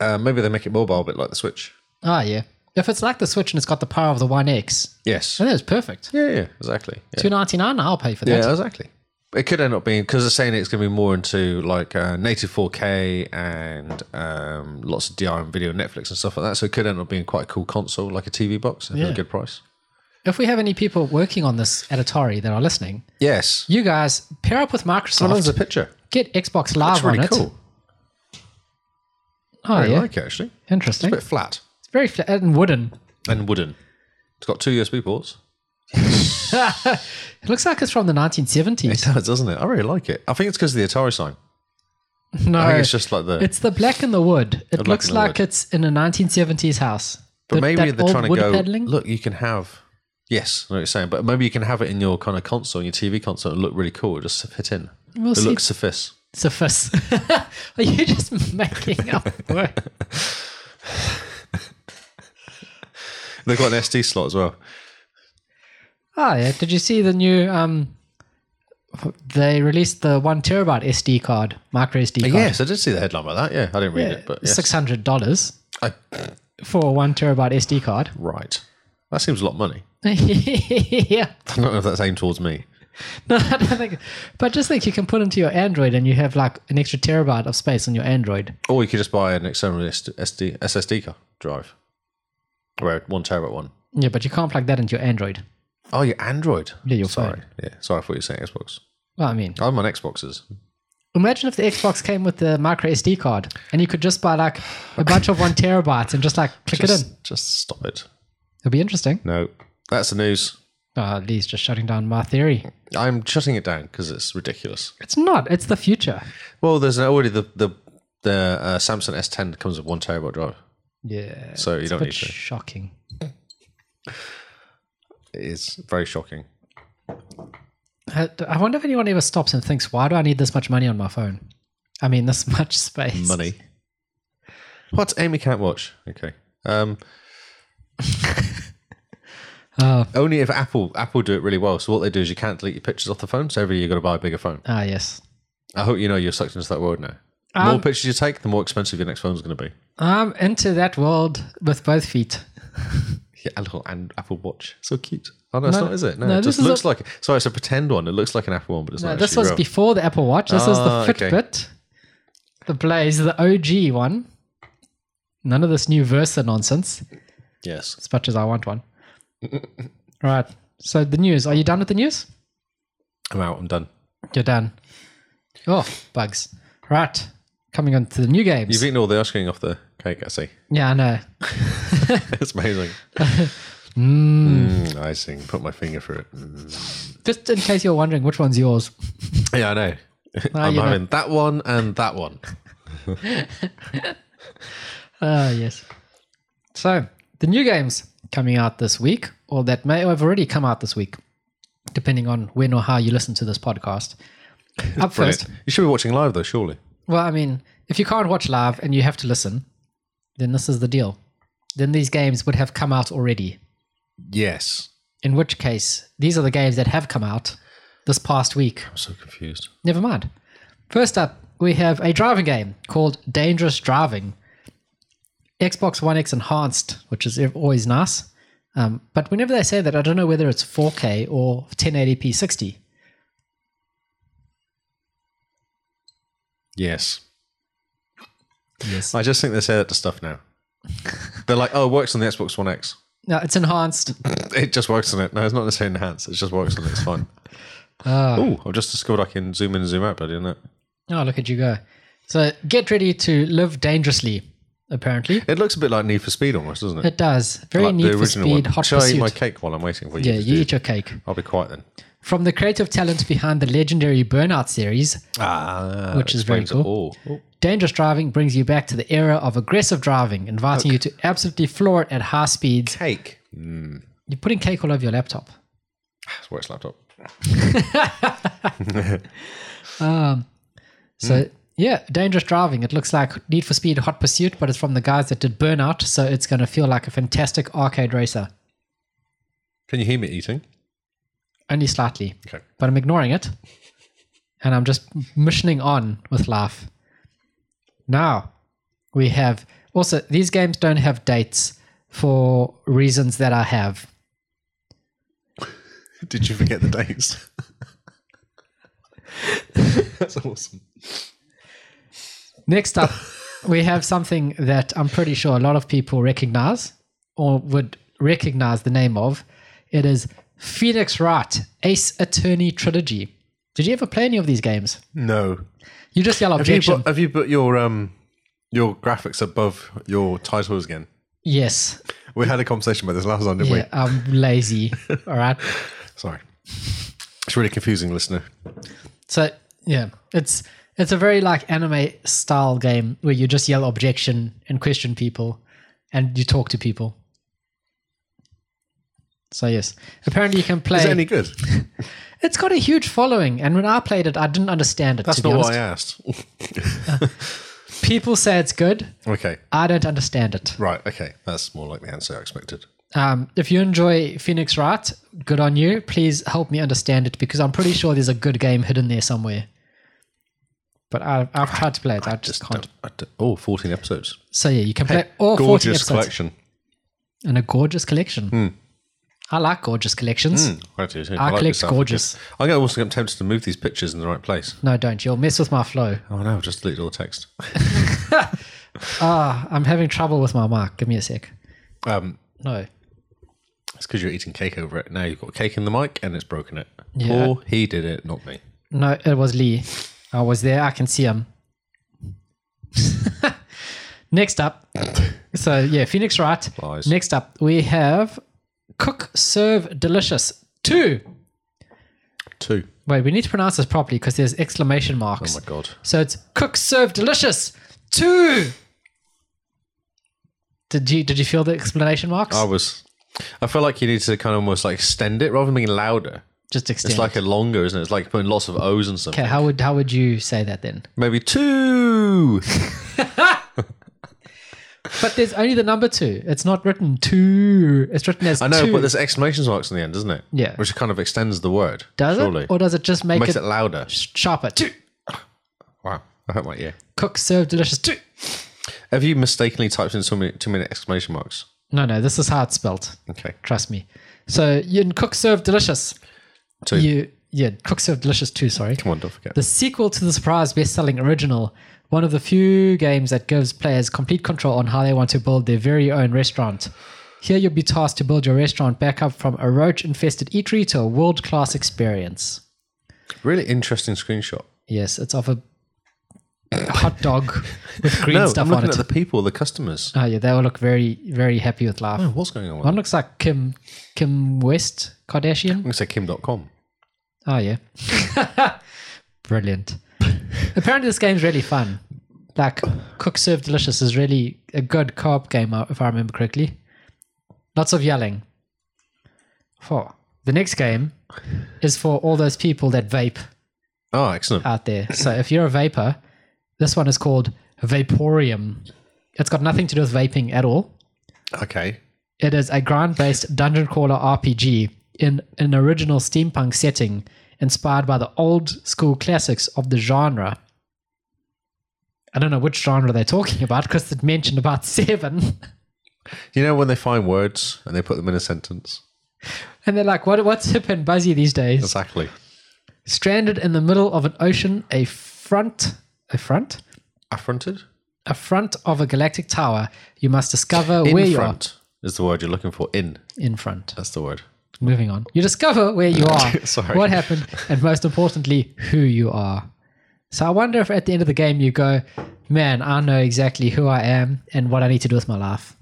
B: Uh, maybe they make it mobile, a bit like the Switch.
A: Ah, yeah. If it's like the Switch and it's got the power of the One X,
B: Yes.
A: then it's perfect.
B: Yeah, yeah, exactly. Yeah.
A: Two ninety nine, I'll pay for that.
B: Yeah, exactly. It could end up being because they're saying it's going to be more into like uh, native 4K and um, lots of DRM video, Netflix and stuff like that. So it could end up being quite a cool console, like a TV box at
A: Yeah.
B: a good price.
A: If we have any people working on this at Atari that are listening,
B: Yes.
A: you guys pair up with
B: Oh, there's
A: Microsoft,
B: a picture.
A: get Xbox Live
B: That's really
A: on it.
B: cool.
A: Oh
B: I
A: yeah,
B: like it actually.
A: interesting.
B: It's a bit flat
A: It's very flat and wooden.
B: and wooden. It's got two USB ports. (laughs)
A: It looks like it's from the nineteen
B: It
A: seventies.
B: does, doesn't it? I really like it. I think it's because of the Atari sign.
A: (laughs) No,
B: I think it's just like the.
A: It's the black in the wood. It
B: black
A: looks
B: in the
A: like
B: wood.
A: it's in a 1970s house.
B: but
A: That-
B: maybe
A: that
B: they're
A: old
B: trying to
A: wood
B: go.
A: peddling.
B: Look, you can have. Yes, I know what you're saying, but maybe you can have it in your kind of console, your TV console, and look really cool. It'll just fit in.
A: We'll
B: it
A: see.
B: looks suffice.
A: It's a fuss. (laughs) Are you just (laughs) making up words?
B: They've got an SD slot as well.
A: Oh, yeah. Did you see the new? um They released the one terabyte SD card, micro SD card.
B: Yes, I did see the headline about that. Uh, Yeah, I didn't read it, but yes.
A: six hundred dollars
B: I,
A: for a one terabyte SD
B: (laughs)
A: card.
B: right. That seems a lot of money. (laughs)
A: yeah,
B: I don't know if that's aimed towards me.
A: no, I don't think. But just think, you can put into your Android, and you have like an extra terabyte of space on your Android.
B: Or you could just buy an external SD, SD SSD card drive, or a one terabyte one.
A: Yeah, but you can't plug that into your Android.
B: Oh, your Android.
A: Yeah, your
B: sorry. Yeah, sorry for you were saying Xbox.
A: Well, I mean,
B: I'm on Xboxes.
A: Imagine if the Xbox came with the micro SD card and you could just buy like a bunch of one terabytes and just like click it in.
B: Just, just stop it.
A: It'll be interesting.
B: No, that's the news.
A: Uh, Lee's just shutting down my theory.
B: I'm shutting it down because it's ridiculous.
A: It's not. It's the future.
B: Well, there's already the the the uh, Samsung S10 that comes with one terabyte drive.
A: Yeah.
B: So you
A: it's
B: don't
A: a
B: need
A: bit
B: to.
A: shocking.
B: It is very shocking.
A: I, Uh, I wonder if anyone ever stops and thinks, why do I need this much money on my phone? I mean, this much (laughs) space.
B: Money. What Amy can't watch? Okay. Um,
A: Oh.
B: Only if Apple Apple do it really well. So what they do is you can't delete your pictures off the phone. So every year you got to buy a bigger phone.
A: Ah, yes.
B: I hope you know you're sucked into that world now. The more pictures you take, the more expensive your next phone's going to be.
A: I'm into that world with both feet.
B: Yeah, and little and Apple Watch. So cute. Oh no, it's
A: No,
B: not, is it? No,
A: no,
B: it
A: this
B: just
A: is
B: looks
A: a-
B: like. Sorry, it's a pretend one. It looks like an Apple one, but it's
A: No,
B: not.
A: this
B: actually
A: was
B: real.
A: before the Apple Watch. This
B: Ah,
A: was the
B: okay.
A: Fitbit, the Blaze, the OG one. None of this new Versa nonsense,
B: Yes.
A: as much as I
B: (laughs)
A: want one. right. So the news. Are you done with the news?
B: I'm out. I'm done.
A: You're done. Oh, bugs. Right. Coming on to the new games.
B: You've eaten all the ice cream off the cake. I see. (laughs)
A: yeah, I know. (laughs)
B: It's amazing.
A: Hmm.
B: Mm, icing. Put my finger through it. Hmm.
A: Just in case you're wondering which one's yours.
B: Yeah, I know. (laughs) I'm
A: Ah, you know.
B: having that one and
A: (laughs)
B: that one.
A: Ah, yes. So, the new games coming out this week, or that may have already come out this week, depending on when or how you listen to this podcast. Up first,
B: Brilliant. You should be watching live though, surely.
A: well, I mean, if you can't watch live and you have to listen, then this is the deal. Then these games would have come out already.
B: Yes.
A: In which case, these are the games that have come out this past week.
B: I'm so confused.
A: Never mind. First up, we have a driving game called Dangerous Driving. Xbox One X Enhanced, which is always nice. Um, but whenever they say that, I don't know whether it's 4K or 1080p 60.
B: Yes.
A: Yes.
B: I just think they say that to
A: (laughs)
B: stuff now. They're like, oh, it works on the Xbox One X.
A: No, it's enhanced.
B: (laughs) It just works on it. No, it's not necessarily enhanced. It just works on it.
A: (laughs)
B: It's fine.
A: Ah.
B: oh, I've just discovered I can zoom in and zoom out, buddy, isn't it?
A: Oh, look at you go. So get ready to live dangerously, apparently.
B: It looks a bit like Need for Speed almost, doesn't it?
A: It does. Very
B: like
A: neat for speed, hot
B: Shall I
A: pursuit.
B: eat my cake while I'm waiting for you?
A: yeah,
B: to
A: you
B: do-
A: eat your cake.
B: I'll be quiet then.
A: From the creative talent behind the legendary Burnout series,
B: Ah,
A: Which is very
B: explains it
A: cool.
B: all. Oh,
A: Dangerous driving brings you back to the era of aggressive driving, inviting you to absolutely floor it at high speeds.
B: cake.
A: You're putting cake all over your laptop.
B: That's where it's laptop.
A: So yeah, dangerous driving. It looks like Need for Speed Hot Pursuit, but it's from the guys that did Burnout, so it's going to feel like a fantastic arcade racer.
B: Can you hear me eating?
A: Only slightly,
B: Okay.
A: but I'm ignoring it, and I'm just missioning on with life. Now we have also these games don't have dates for reasons that I have.
B: (laughs) Did you forget the (laughs) dates? That's awesome.
A: Next
B: (laughs)
A: up, we have something that I'm pretty sure a lot of people recognize or would recognize the name of. It is Phoenix Wright Ace Attorney Trilogy. Did you ever play any of these games?
B: No.
A: You just yell
B: Have you,
A: objection.
B: put, have you put your um your graphics above your titles again?
A: yes.
B: We had a conversation about this last time, didn't
A: Yeah, I'm
B: (laughs)
A: lazy. All right.
B: we? Sorry. It's really confusing, listener.
A: So yeah, it's it's a very like anime style game where you just yell objection and question people, and you talk to people. So yes, apparently you can play.
B: Is it any good?
A: It's got a huge following, and when I played it, I didn't understand it.
B: That's
A: to be
B: not
A: honest,
B: what I asked. (laughs)
A: people say it's good.
B: okay.
A: I don't understand it.
B: Right. Okay. That's more like the answer I expected.
A: Um, if you enjoy Phoenix Wright, good on you. Please help me understand it because I'm pretty sure there's a good game hidden there somewhere. But I, I've tried to play it. I, just, can't.
B: I d- Oh, 14 episodes.
A: So yeah, you can play all 40
B: Gorgeous
A: episodes
B: collection. Hmm.
A: and a gorgeous collection. I like gorgeous collections.
B: Mm, I do too.
A: I,
B: like
A: collect
B: this stuff.
A: gorgeous.
B: I'm gonna also I'm tempted to move these pictures in the right place.
A: No, don't. You'll mess with my flow.
B: Oh no, I've just deleted all the text.
A: I'm having trouble with my mic. Give me a sec.
B: Um,
A: No.
B: it's because you're eating cake over it. Now you've got cake in the mic and it's broken it.
A: Yeah.
B: Or he did it, not me.
A: No, it was Lee. I was there. I can see him. (laughs) Next up. So, yeah, Phoenix Wright.
B: Lies.
A: Next up, we have Cook Serve Delicious 2.
B: Two.
A: Wait, we need to pronounce this properly because there's exclamation
B: Oh
A: marks.
B: my god.
A: so it's Cook Serve Delicious 2. Did you did you feel the exclamation marks?
B: I was. I feel like you need to kind of almost like extend it rather than being louder.
A: Just extend.
B: It's like a longer, isn't it? It's like putting lots of O's and stuff.
A: okay, how would how would you say that then?
B: Maybe two.
A: But there's only the number two. It's not written two. It's written as
B: I know,
A: two.
B: but there's exclamation marks in the end, isn't it?
A: Yeah.
B: Which kind of extends the word.
A: Does
B: surely.
A: it? Or does it just make
B: Makes
A: it,
B: it louder.
A: sharper? Two.
B: Wow. I hurt my ear.
A: Cook serve delicious. Two.
B: Have you mistakenly typed in so many too many exclamation marks?
A: No, no, this is how it's spelled.
B: Okay.
A: Trust me. So you in cook serve delicious.
B: Two.
A: You yeah, cook serve delicious two, sorry.
B: Come on, don't forget.
A: The sequel to the surprise best-selling original, one of the few games that gives players complete control on how they want to build their very own restaurant. Here you'll be tasked to build your restaurant back up from a roach-infested eatery to a world-class experience.
B: really interesting screenshot.
A: Yes, it's of a (coughs) hot dog with green
B: no,
A: stuff
B: I'm
A: on
B: looking
A: it.
B: at the people, the customers.
A: Oh yeah, they all look very, very happy with life.
B: Oh, what's going on?
A: One
B: I'm
A: looks like Kim Kim West Kardashian.
B: going to say Kim.com.
A: Oh yeah, (laughs) brilliant. Apparently, this game's really fun. Like Cook Serve Delicious is really a good co-op game, uh, if I remember correctly. Lots of yelling. Four. The next game is for all those people that vape
B: Oh, excellent.
A: out there. So if you're a vapor, this one is called Vaporium. It's got nothing to do with vaping at all. Ah.
B: okay.
A: It is a ground based dungeon crawler RPG in an original steampunk setting inspired by the old school classics of the genre. I don't know which genre they're talking about because it mentioned about (laughs) seven.
B: You know when they find words and they put them in a sentence?
A: And they're like, what, what's hip and buzzy these days?
B: Exactly.
A: Stranded in the middle of an ocean, a front, a front?
B: Affronted?
A: A front of a galactic tower, you must discover
B: In
A: where
B: front is the word you're looking for. In.
A: you are. In front.
B: That's the word.
A: Moving on. You discover where you are,
B: (laughs) Sorry.
A: what happened, and most importantly, who you are. So I wonder if at the end of the game you go, man, I know exactly who I am and what I need to do with my life.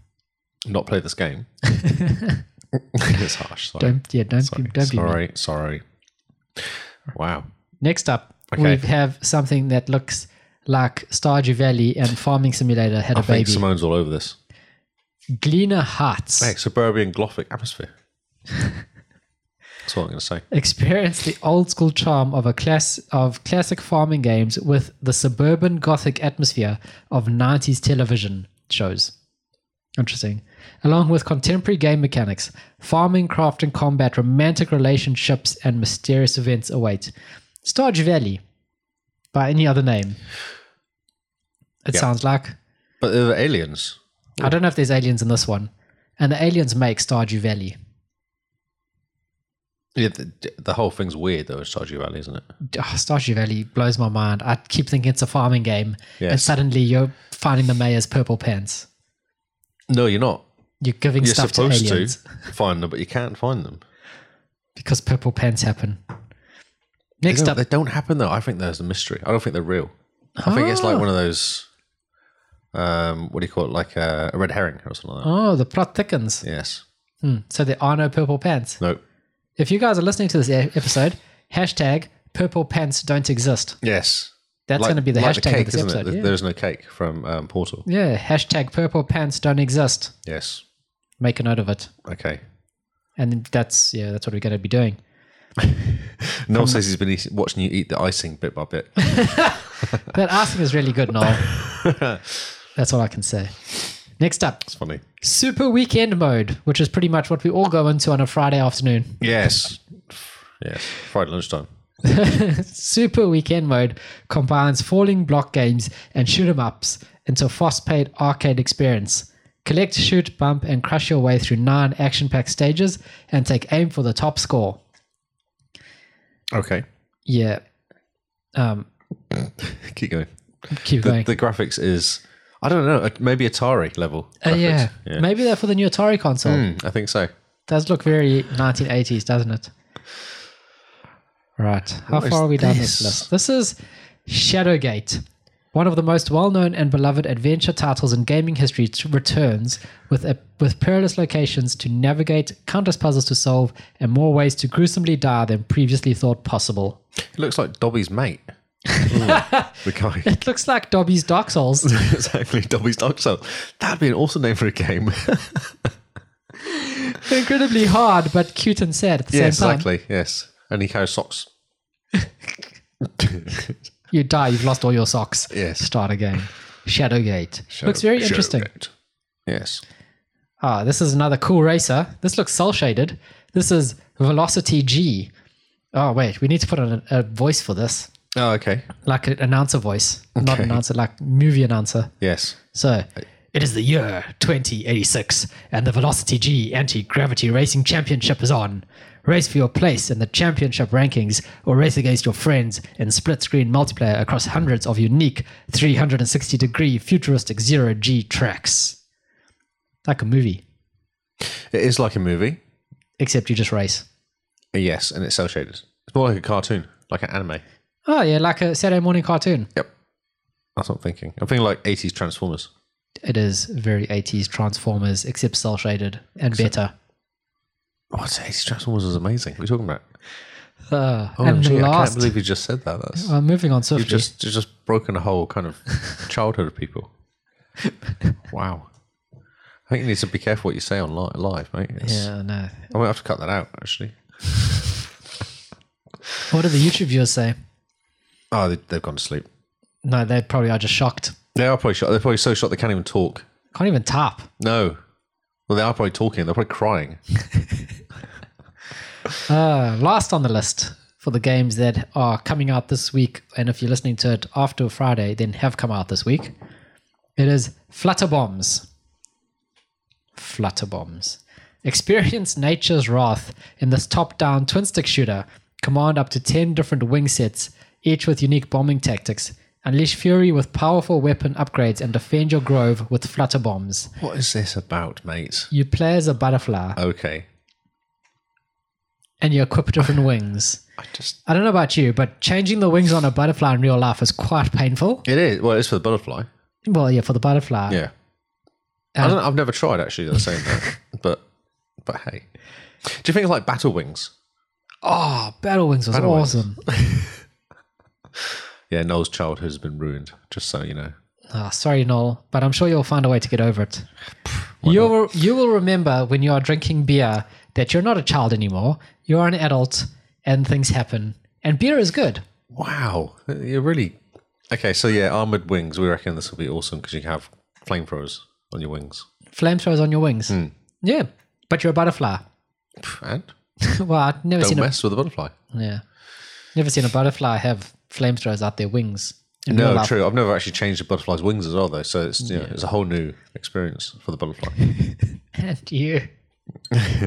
B: Not play
A: (laughs)
B: this game. (laughs) it's harsh. Sorry.
A: Don't, yeah, don't,
B: sorry.
A: be, don't be mean.
B: sorry. sorry. Wow.
A: Next up,
B: Okay.
A: we have something that looks like Stardew Valley and Farming Simulator had a
B: I think
A: baby.
B: Simone's all over this.
A: Gleaner Hearts. (laughs)
B: Hey, suburban Glothic atmosphere. That's what I'm going to say.
A: Experience the old school charm of a class of classic farming games with the suburban gothic atmosphere of 90s television shows. Interesting. Along with contemporary game mechanics, farming, craft, and combat, romantic relationships, and mysterious events await. Stardew Valley, by any other name. It
B: Yeah.
A: sounds like.
B: But they were aliens.
A: I don't know if there's aliens in this one. And the aliens make Stardew Valley.
B: Yeah, the, the whole thing's weird though. in Stardew Valley, isn't it?
A: oh, Stardew Valley blows my mind. I keep thinking it's a farming game, and
B: Yes.
A: suddenly you're finding the mayor's purple pants.
B: No, you're not.
A: You're giving
B: You're
A: stuff to
B: supposed to,
A: aliens
B: (laughs) find them, but you can't find
A: (laughs)
B: them.
A: because purple pants happen.
B: They
A: Next
B: don't,
A: up,
B: they don't happen though. I think there's a mystery. I don't think they're real. I think
A: Ah.
B: it's like one of those. Um, what do you call it? Like a, a red herring or something like that.
A: oh, the plot thickens.
B: Yes.
A: Hmm, so there are no purple pants.
B: No.
A: If you guys are listening to this e- episode, hashtag purple pants don't exist.
B: Yes.
A: That's going to be the
B: like
A: hashtag of
B: cake,
A: this
B: isn't
A: episode.
B: It?
A: Yeah.
B: There's no cake from um, Portal.
A: yeah, hashtag purple pants don't exist.
B: Yes.
A: Make a note of it.
B: Okay.
A: And that's, yeah, that's what we're going to be doing.
B: Noel says he's been eat- watching you eat the icing bit by bit.
A: That asking is really good,
B: (laughs)
A: Noel. That's all I can say. Next up, (laughs)
B: It's funny.
A: Super Weekend Mode, which is pretty much what we all go into on a Friday afternoon.
B: Yes. Yes. Friday lunchtime.
A: Super Weekend Mode combines falling block games and shoot 'em ups into a fast-paced arcade experience. Collect, shoot, bump, and crush your way through nine action-packed stages and take aim for the top score.
B: Okay.
A: Yeah. Um,
B: Keep going.
A: keep
B: The,
A: going.
B: the graphics is, I don't know, uh, maybe Atari level.
A: Uh,
B: graphics.
A: yeah.
B: Yeah.
A: Maybe they're for the new Atari console.
B: Hmm, I think so.
A: Does look very 1980s, doesn't it? Right. How
B: What is
A: far are we down this
B: this?
A: list? This is Shadowgate, one of the most well-known and beloved adventure titles in gaming history, t- returns with a, with perilous locations to navigate, countless puzzles to solve, and more ways to gruesomely die than previously thought possible.
B: It looks like
A: (laughs)
B: Dobby's mate. Ooh, the guy. (laughs)
A: It looks like Dobby's Dark Souls.
B: exactly. Dobby's Dark Souls. That'd be an awesome name for a game. (laughs)
A: Incredibly hard, but cute and sad at the
B: yeah,
A: same time.
B: exactly. Yes. And he
A: (laughs)
B: carries socks.
A: You die, you've lost all your socks.
B: Yes.
A: Start again. Shadowgate. looks very
B: Shadow
A: interesting.
B: Gate. Yes.
A: Ah, this is another cool racer. This looks cell shaded. This is Velocity G. Oh, wait, we need to put on a, a voice for this,
B: Oh, okay.
A: like an announcer voice, not
B: Okay.
A: announcer, like movie announcer.
B: Yes.
A: So, it is the year 2086, and the Velocity G Anti Gravity Racing Championship is on. Race for your place in the championship rankings, or race against your friends in split screen multiplayer across hundreds of unique 360 degree futuristic zero G tracks. Like a movie,
B: It is like a movie.
A: except you just race.
B: Yes, and it's cell shaded. It's more like a cartoon, like an anime.
A: Oh yeah, like a Saturday morning cartoon.
B: Yep. That's what I'm thinking. I'm thinking like 80s Transformers.
A: It is very 80s Transformers, except cell shaded and better.
B: What? 80s Oh, Transformers was amazing. What are you talking about?
A: Uh,
B: Oh,
A: and the
B: gee, I can't
A: last,
B: believe you just said that. That's
A: I'm moving on swiftly.
B: you've just you've just broken a whole
A: (laughs)
B: kind of childhood of people. wow. I think you need to be careful what you say on li- live, mate. It's-
A: yeah, no.
B: I might have to cut that out, actually.
A: What do the YouTube viewers say?
B: Oh, they, they've gone to sleep.
A: No, they probably are just shocked.
B: They are probably shocked. They're probably so shocked they can't even talk.
A: Can't even tap.
B: No. Well, they are probably talking. They're probably crying.
A: Uh, last on the list for the games that are coming out this week, and if you're listening to it after Friday, then have come out this week. It is Flutter Bombs. Flutter Bombs. Experience nature's wrath in this top-down twin-stick shooter. Command up to ten different wing sets, each with unique bombing tactics. Unleash fury with powerful weapon upgrades and defend your grove with flutter bombs.
B: What is this about, mate?
A: You play as a butterfly
B: Okay.
A: and you equip different wings.
B: I just.
A: I don't know about you, but changing the wings on a butterfly in real life is quite painful.
B: It is. Well, it's for the butterfly.
A: Well, yeah, for the butterfly.
B: Yeah. I don't, I've never tried actually the same that, (laughs) but but hey, do you think it's like battle wings?
A: Oh, battle wings was
B: Battle Wings.
A: awesome.
B: Yeah, Noel's childhood has been ruined. Just so you know,
A: Ah, sorry, Noel, but I'm sure you'll find a way to get over it. You will, you will remember when you are drinking beer that you're not a child anymore, you're an adult, and things happen. And beer is good.
B: Wow, you're really okay. So yeah, armored wings. We reckon this will be awesome because you can have flamethrowers on your wings.
A: Flamethrowers on your wings.
B: Hmm.
A: Yeah, but you're a butterfly. (laughs)
B: And
A: well, I've never
B: don't
A: seen
B: mess with a butterfly.
A: a yeah, never seen a butterfly have flamethrowers out their wings. in real
B: No,
A: life.
B: true. I've never actually changed a butterfly's wings as well, though. So it's you know, it's a whole new experience for the butterfly.
A: (laughs) And you. hmm.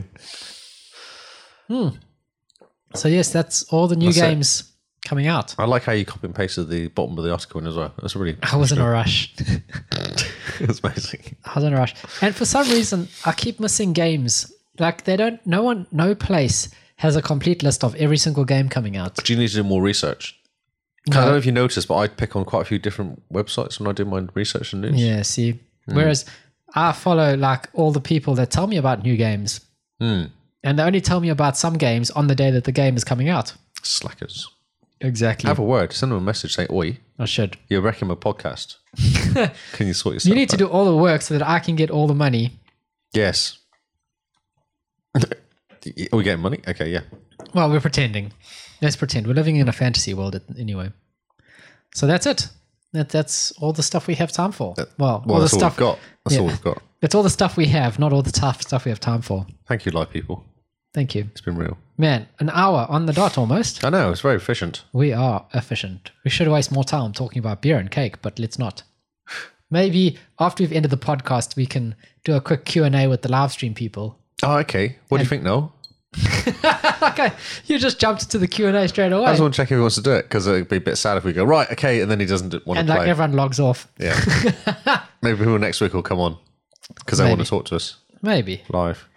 A: So yes, that's all the new
B: That's it.
A: games coming out.
B: I like how you copy and pasted the bottom of the article in as well. That's really (laughs)
A: I was in a rush. (laughs)
B: that's amazing.
A: I was in a rush. And for some reason, I keep missing games. Like they don't. No one. No place has a complete list of every single game coming out.
B: Do you need to do more research? 'Cause I don't know if you noticed, but I pick on quite a few different websites when I do my research and news.
A: Yeah. See.
B: Hmm.
A: Whereas I follow like all the people that tell me about new games,
B: Hmm.
A: and they only tell me about some games on the day that the game is coming out.
B: Slackers.
A: Exactly.
B: Have a word. Send them a message saying, "Oi,
A: I should.
B: you're wrecking my
A: (laughs)
B: podcast. Can you sort yourself?"
A: You need to
B: out?"
A: do all the work so that I can get all the money
B: Yes. (laughs) Are we getting money? Okay, yeah.
A: Well, we're pretending. Let's pretend. We're living in a fantasy world at- anyway. So that's it. That, that's all the stuff we have time for. well,
B: Well,
A: all the
B: that's all
A: stuff.
B: we've got. That's all
A: yeah.
B: we've got.
A: It's all the stuff we have, not all the tough stuff we have time for.
B: Thank you, live people.
A: Thank you.
B: It's been real.
A: Man, an hour on the dot almost.
B: I know it's very efficient.
A: We are efficient. We should waste more time talking about beer and cake, but let's not. Maybe after we've ended the podcast, we can do a quick Q&A with the live stream people. (laughs)
B: Oh, okay. What do you think, Noel?
A: okay, uh, you just jumped to the Q&A straight away.
B: I just want to check if he wants to do it because it'd be a bit sad if we go right, okay, and then he doesn't want
A: and
B: to
A: like
B: play.
A: everyone logs off.
B: yeah. Maybe people next week will come on because they want to
A: Maybe.
B: talk to us
A: Maybe.
B: live.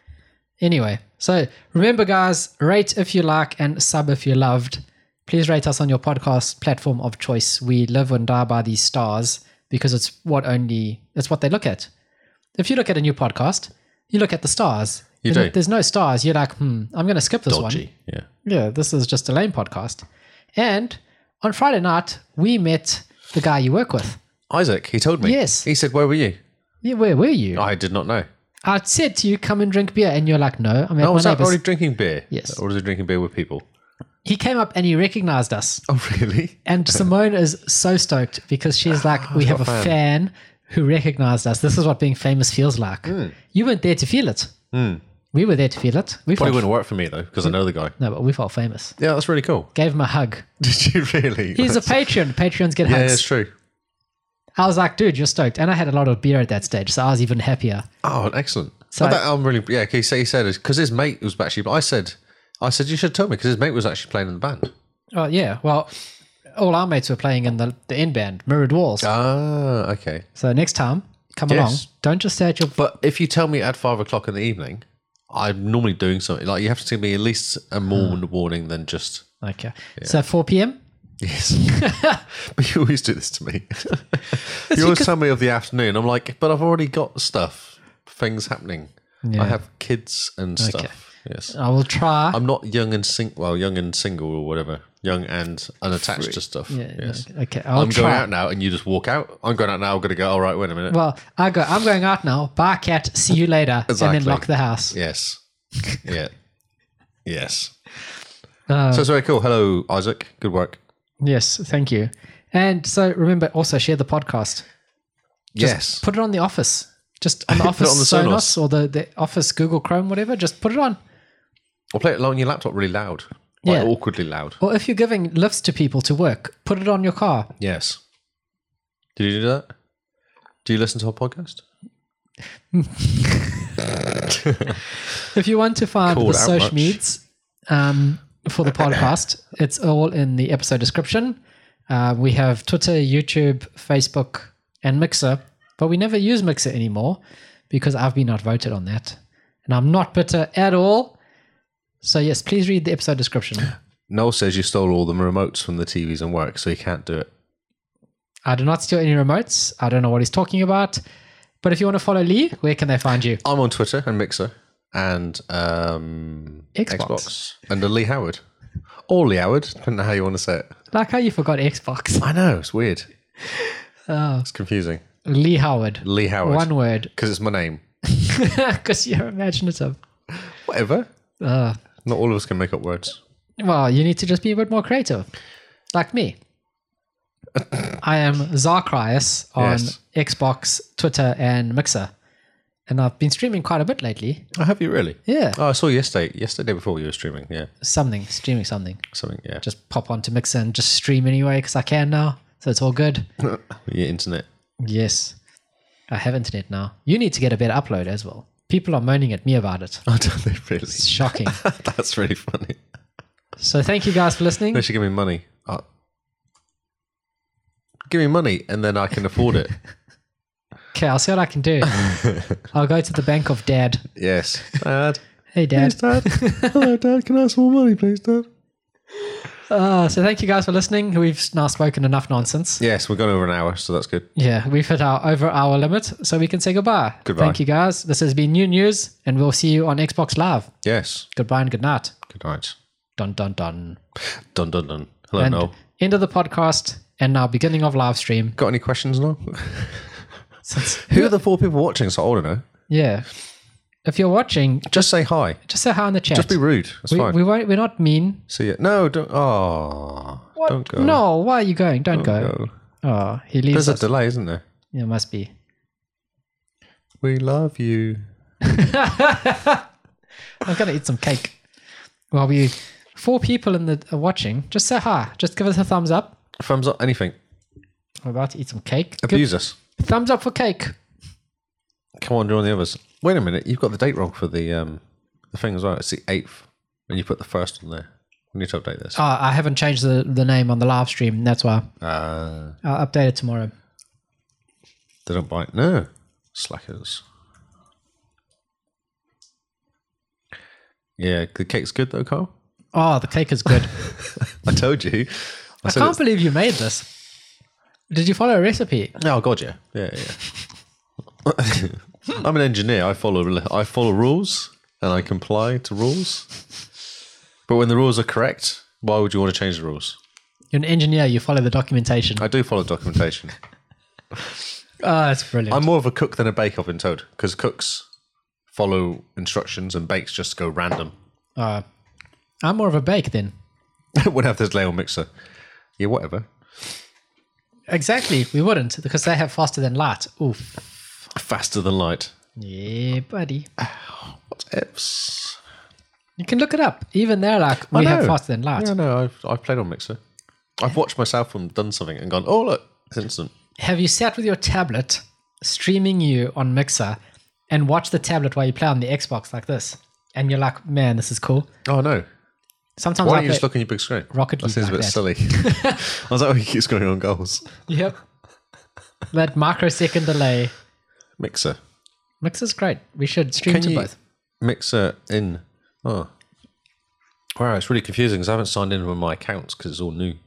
A: Anyway, so remember, guys, rate if you like and sub if you loved. Please rate us on your podcast platform of choice. We live and die by these stars because it's what only it's what they look at. If you look at a new podcast, you look at the stars.
B: You
A: And
B: do.
A: If there's no stars, you're like, hmm, I'm going to skip this
B: Dodgy. Yeah.
A: one. Yeah, this is just a lame podcast. And on Friday night, we met the guy you work with.
B: Isaac, he told me.
A: Yes.
B: He said, "Where were you?"
A: Yeah, where were you?
B: I did not know.
A: I said to you, come and drink beer, and you're like, no, I'm at my
B: Oh, was that
A: neighbor's.
B: already drinking beer?
A: Yes.
B: Or was he drinking beer with people?
A: He came up and he recognized us.
B: Oh, really? (laughs)
A: And Simone is so stoked because she's
B: Ah,
A: like, we have a fan. who recognized us. This is what being famous feels like.
B: Hmm.
A: You weren't there to feel it. We were there to feel it. We
B: Probably
A: felt,
B: wouldn't work for me though because I know the guy.
A: no, but we felt famous.
B: Yeah, that's really cool.
A: Gave him a hug.
B: (laughs) Did you really?
A: He's a patron. Patrons get
B: yeah, it's
A: hugs.
B: true.
A: I was like, dude, you're stoked. And I had a lot of beer at that stage, so I was even happier.
B: Oh, excellent.
A: So-
B: I bet I'm really yeah. He said he said because his mate was actually. I said I said you should tell me because his mate was actually playing in the band.
A: Oh, yeah. Well, all our mates were playing in the, the end band, Mirrored Walls.
B: Ah, okay.
A: So next time, come
B: Yes.
A: along. Don't just stay at your.
B: But if you tell me at five o'clock in the evening, I'm normally doing something. Like you have to give me at least a more warning than just
A: Okay. So 4 p.m.?
B: yes. (laughs) but you always do this to me. you always tell me of the afternoon. I'm like, but I've already got stuff, things happening. I have kids and stuff. Yes.
A: I will try.
B: I'm not young and sing well, young and single or whatever. Young and unattached to stuff. yes.
A: Uh, okay. I'll
B: I'm
A: try.
B: going out now and you just walk out. I'm going out now, I'm gonna go, all right, wait a minute.
A: Well, I go. I'm going out now. Bye, cat. See you later. And
B: Exactly.
A: then lock the house.
B: Yes. Yeah. yes.
A: Uh,
B: so it's very cool. Hello, Isaac. Good work.
A: Yes, thank you. And so remember, also share the podcast.
B: Yes.
A: Put it on the office. Just
B: (laughs)
A: on the
B: Put it
A: office
B: on the
A: Sonos,
B: Sonos.
A: or the, the office Google Chrome, whatever. Just put it on.
B: Or play it on your laptop really loud. Like
A: Yeah.
B: awkwardly loud.
A: Or if you're giving lifts to people to work, put it on your car.
B: Yes. Did you do that? Do you listen to our podcast?
A: If you want to find
B: Called
A: the
B: out
A: social
B: much.
A: medias um, for the podcast, it's all in the episode description. Uh, we have Twitter, YouTube, Facebook, and Mixer, but we never use Mixer anymore because I've been outvoted on that. And I'm not bitter at all. So, yes, please read the episode description.
B: Noel says you stole all the remotes from the TVs and work, so you can't do it.
A: I do not steal any remotes. I don't know what he's talking about. But if you want to follow Lee, where can they find you?
B: I'm on Twitter and Mixer and um,
A: Xbox.
B: and the Lee Howard. Or Lee Howard, depending on how you want to say it.
A: Like how you forgot Xbox.
B: I know, it's weird. It's confusing.
A: Lee Howard.
B: Lee Howard.
A: Uh, One word. (laughs)
B: Because it's my name.
A: Because you're imaginative.
B: Whatever.
A: Uh,
B: Not all of us can make up words.
A: well, you need to just be a bit more creative, like me. I am Zarkrius on
B: Yes.
A: Xbox, Twitter, and Mixer, and I've been streaming quite a bit lately.
B: Oh, have you really?
A: Yeah,
B: Oh, I saw yesterday. Yesterday before you were streaming. Yeah,
A: something streaming something.
B: something. Yeah, just
A: Just pop onto Mixer and just stream anyway because I can now, so it's all good.
B: your internet. (laughs)
A: Yes. I have internet now. You need to get a better upload as well. People are moaning at me about it.
B: I don't know really. (laughs)
A: It's shocking.
B: That's really funny.
A: so thank you guys for
B: They
A: listening.
B: should give me money. i give me money, and then I can
A: (laughs)
B: afford it.
A: Okay, I'll see what I can do. I'll go to the bank of dad.
B: yes,
A: (laughs)
B: Dad.
A: Hey
B: Please,
A: dad.
B: Dad. Hello, Dad. Can I have some more money, please, Dad?
A: Uh, so thank you guys for listening. We've now spoken enough nonsense.
B: Yes, we're gone over an hour, so that's good.
A: Yeah, we've hit our over hour limit, so we can say goodbye.
B: Goodbye.
A: Thank you guys. This has been new news, and we'll see you on Xbox Live.
B: Yes.
A: Goodbye and good night.
B: Good night.
A: Dun dun dun.
B: Dun dun dun. Hello,
A: And
B: Noel.
A: end of the podcast and now beginning of live stream. (laughs)
B: Got any questions, Noel?
A: Since-
B: Who are the four people watching? So I don't know.
A: Yeah. If you're watching,
B: Just say hi.
A: just say hi in the chat.
B: Just be rude. That's
A: we,
B: fine.
A: we won't, we're not mean.
B: See ya. No, don't. Oh, don't go.
A: No, why are you going? Don't, go.
B: Go.
A: Oh, he leaves
B: There's a
A: us.
B: delay, isn't there?
A: Yeah, must be.
B: We love you.
A: I'm going to eat some cake. Well, we four people in the are watching. Just say hi. Just give us a thumbs up.
B: Thumbs up. Anything.
A: We're about to eat some cake. Good.
B: Abuse us.
A: Thumbs up for cake.
B: Come on, join the others. Wait a minute. You've got the date wrong for the um the thing as well. It's the eighth, and you put the first on there. We need to update this.
A: Oh, I haven't changed the, the name on the live stream. That's why.
B: Uh,
A: I'll update it tomorrow.
B: they don't bite. No, slackers. Yeah, the cake's good though, Carl.
A: Oh, the cake is
B: (laughs)
A: good.
B: I told you. I,
A: I
B: said
A: can't
B: it's-
A: believe you made this. Did you follow a recipe?
B: Oh God, yeah, yeah, yeah. (laughs) I'm an engineer. I follow I follow rules and I comply to rules. But when the rules are correct, why would you want to change the rules?
A: You're an engineer. You follow the documentation.
B: I do follow documentation.
A: Oh, that's brilliant.
B: I'm more of a cook than a bake off in Toad because cooks follow instructions and bakes just go random. (laughs)
A: Uh, I'm more of a bake then.
B: Wouldn't have this layer mixer. Yeah, whatever.
A: Exactly. We wouldn't because they have faster than light. Oof.
B: Faster than light.
A: Yeah, buddy.
B: What's F's?
A: You can look it up. Even they're like, we have
B: know.
A: faster than light.
B: Yeah, no, I've, I've played on mixer. I've watched myself and done something and gone, oh look, it's instant.
A: Have you sat with your tablet streaming you on Mixer and watch the tablet while you play on the Xbox like this? And you're like, man, this is cool.
B: Oh no,
A: Sometimes
B: Why
A: I
B: don't you
A: play-
B: just look on your big screen?
A: Rocket
B: That
A: League
B: seems a
A: like
B: bit
A: that.
B: silly. I
A: (laughs)
B: was like, oh, he keeps going on goals.
A: Yep. that microsecond delay.
B: Mixer.
A: Mixer's great. We should stream
B: Can
A: to
B: you-
A: both.
B: Mixer in. Oh. Wow, it's really confusing because I haven't signed in with my accounts because it's all new.
A: Hmm.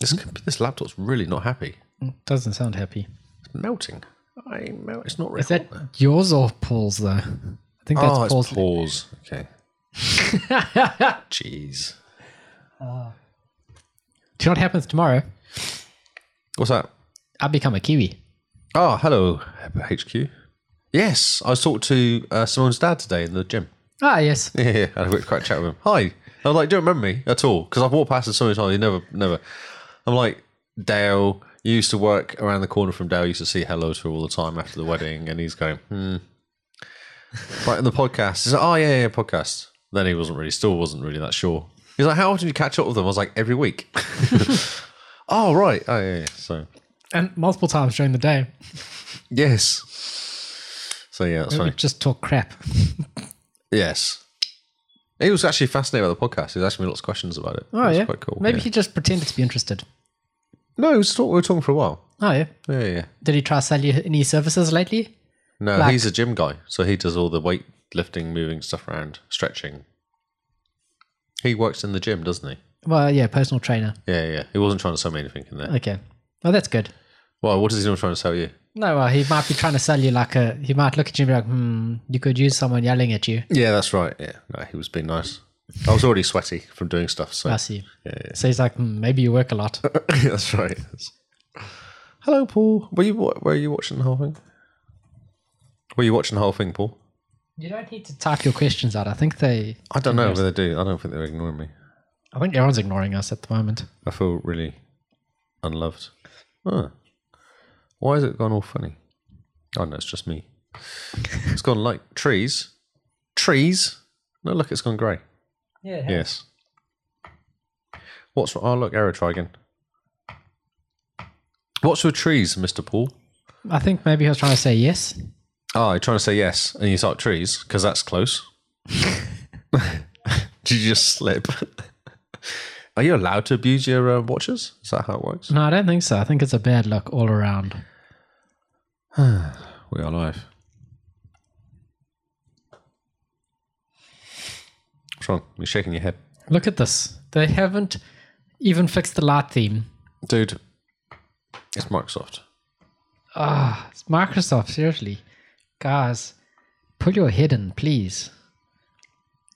B: This, comp- this laptop's really not happy.
A: Doesn't sound happy.
B: It's melting. I melt. It's not really.
A: Is that yours or Paul's though? I think that's
B: oh, it's
A: Paul's. (laughs)
B: pause. Okay. Jeez.
A: Do you know what happens tomorrow?
B: What's that?
A: I become a Kiwi.
B: Oh, hello, HQ. Yes, I was talking to uh, Simone's dad today in the gym.
A: Ah, yes.
B: (laughs) Yeah, yeah, I had a quick crack chat with him. Hi. And I was like, don't remember me at all because I've walked past him so many times. He never, never. I'm like, Dale, you used to work around the corner from Dale. Used to see hello to her all the time after the wedding, and he's going, hmm. Like in the podcast, he's like, oh yeah, yeah, yeah, podcast. Then he wasn't really, still wasn't really that sure. He's like, how often do you catch up with them? I was like, every week. (laughs) oh right, oh yeah, yeah. So
A: And multiple times during the day.
B: yes. So yeah, that's
A: We
B: funny.
A: just talk crap.
B: Yes. He was actually fascinated by the podcast. He was asking me lots of questions about it.
A: Oh,
B: It was
A: yeah.
B: quite cool.
A: Maybe
B: yeah.
A: he just pretended to be interested.
B: No, we, was talk- we were talking for a while.
A: Oh, yeah.
B: Yeah, yeah, yeah.
A: Did he try to sell you any services lately?
B: No,
A: Like-
B: he's a gym guy, so he does all the weight lifting, moving stuff around, stretching. He works in the gym, doesn't he?
A: Well, yeah, personal trainer.
B: Yeah, yeah. He wasn't trying to sell me anything in there.
A: Okay. Well, that's good.
B: well, what is he not trying to sell you?
A: No, well, he might be trying to sell you like a. He might look at you and be like, hmm, you could use someone yelling at you.
B: Yeah, that's right. Yeah, no, he was being nice. I was already sweaty from doing stuff, so
A: I see. So he's like, hmm, maybe you work a lot.
B: (laughs)
A: (laughs)
B: that's right. Hello, Paul. Were you wa- were you watching the whole thing? Were you watching the whole thing, Paul?
A: You don't need to type your questions out. I think they.
B: I don't know whether they do. I don't think they're ignoring me.
A: I think everyone's ignoring us at the moment.
B: I feel really unloved. Huh. Why has it gone all funny? Oh no, it's just me. (laughs) It's gone like trees. Trees? No, look, it's gone grey.
A: Yeah.
B: Yes. What's wrong? Oh, look, error, try again. What's with trees, Mr. Paul?
A: I think maybe I was trying to say yes.
B: Oh, you're trying to say yes, and you start trees, because that's (laughs) close. Did you just slip? Are you allowed to abuse your uh, watches? Is that how it works?
A: No, I don't think so. I think it's a bad luck all around.
B: We are live. What's wrong? You're shaking your head.
A: Look at this. They haven't even fixed the light theme.
B: Dude, it's Microsoft.
A: Ah, it's Microsoft, seriously. Guys, pull your head in, please.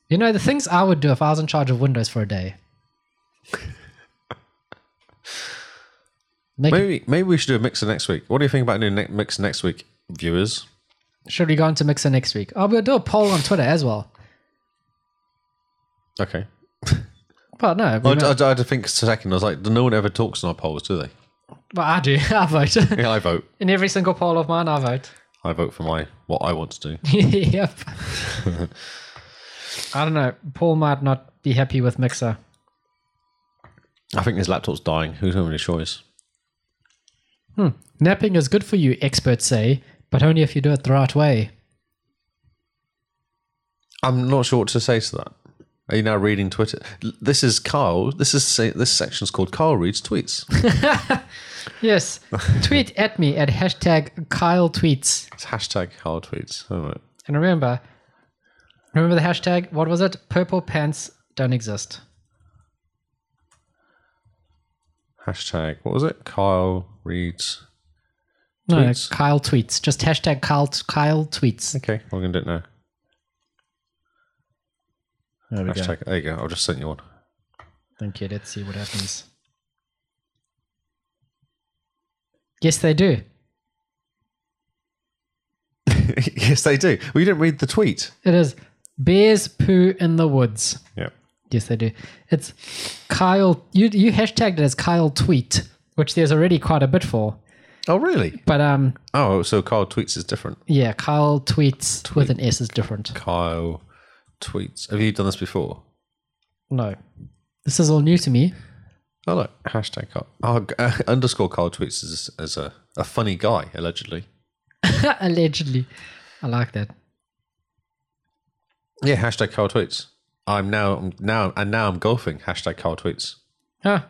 A: You know, the things I would do if I was in charge of Windows for a day. Make it-
B: Maybe maybe we should do a mixer next week. What do you think about doing ne- mix next week, viewers?
A: should we go into Mixer next week? Oh, we'll do a poll on Twitter as well.
B: Okay.
A: But no, we
B: I,
A: might-
B: I, I had to think a second. I was like, no one ever talks in our polls, do they?
A: but I do. (laughs) I vote.
B: Yeah, I vote.
A: in every single poll of mine, I vote. (laughs)
B: I vote for my what I want to do.
A: yep. I don't know. Paul might not be happy with Mixer.
B: I think his laptop's dying. Who's having a choice?
A: Napping is good for you, experts say, but only if you do it the right way.
B: I'm not sure what to say to that. Are you now reading Twitter? L- This is Carl. This is sa- this section's called Carl reads tweets.
A: Yes. Tweet at me at hashtag Kyle tweets.
B: It's hashtag Carl tweets. All right.
A: And remember, remember the hashtag, what was it? Purple pants don't exist.
B: Hashtag what was it? Carl reads.
A: No,
B: Tweets.
A: Kyle tweets. Just hashtag Kyle, Kyle tweets.
B: Okay, I'm gonna do it now.
A: There we go.
B: Hashtag. There you go. I'll just send you one. (laughs)
A: Thank you. Let's see what happens. Yes, they do.
B: yes, they do. Well, you didn't read the tweet.
A: It is bears poo in the woods.
B: Yeah.
A: Yes, they do. It's Kyle. You you hashtagged it as Kyle tweet, which there's already quite a bit for.
B: Oh, really?
A: But um,
B: Oh, so Carl tweets is different.
A: yeah, Kyle tweets with an S is different.
B: Kyle tweets. Have you done this before?
A: No, this is all new to me.
B: Oh, look. Hashtag Carl. Oh, g- (laughs) uh, underscore Carl tweets is, is a, a funny guy, allegedly.
A: (laughs) Allegedly, I like that.
B: Yeah, hashtag Carl tweets. I'm now, I'm now, and now I'm golfing. Hashtag Carl tweets.
A: Huh.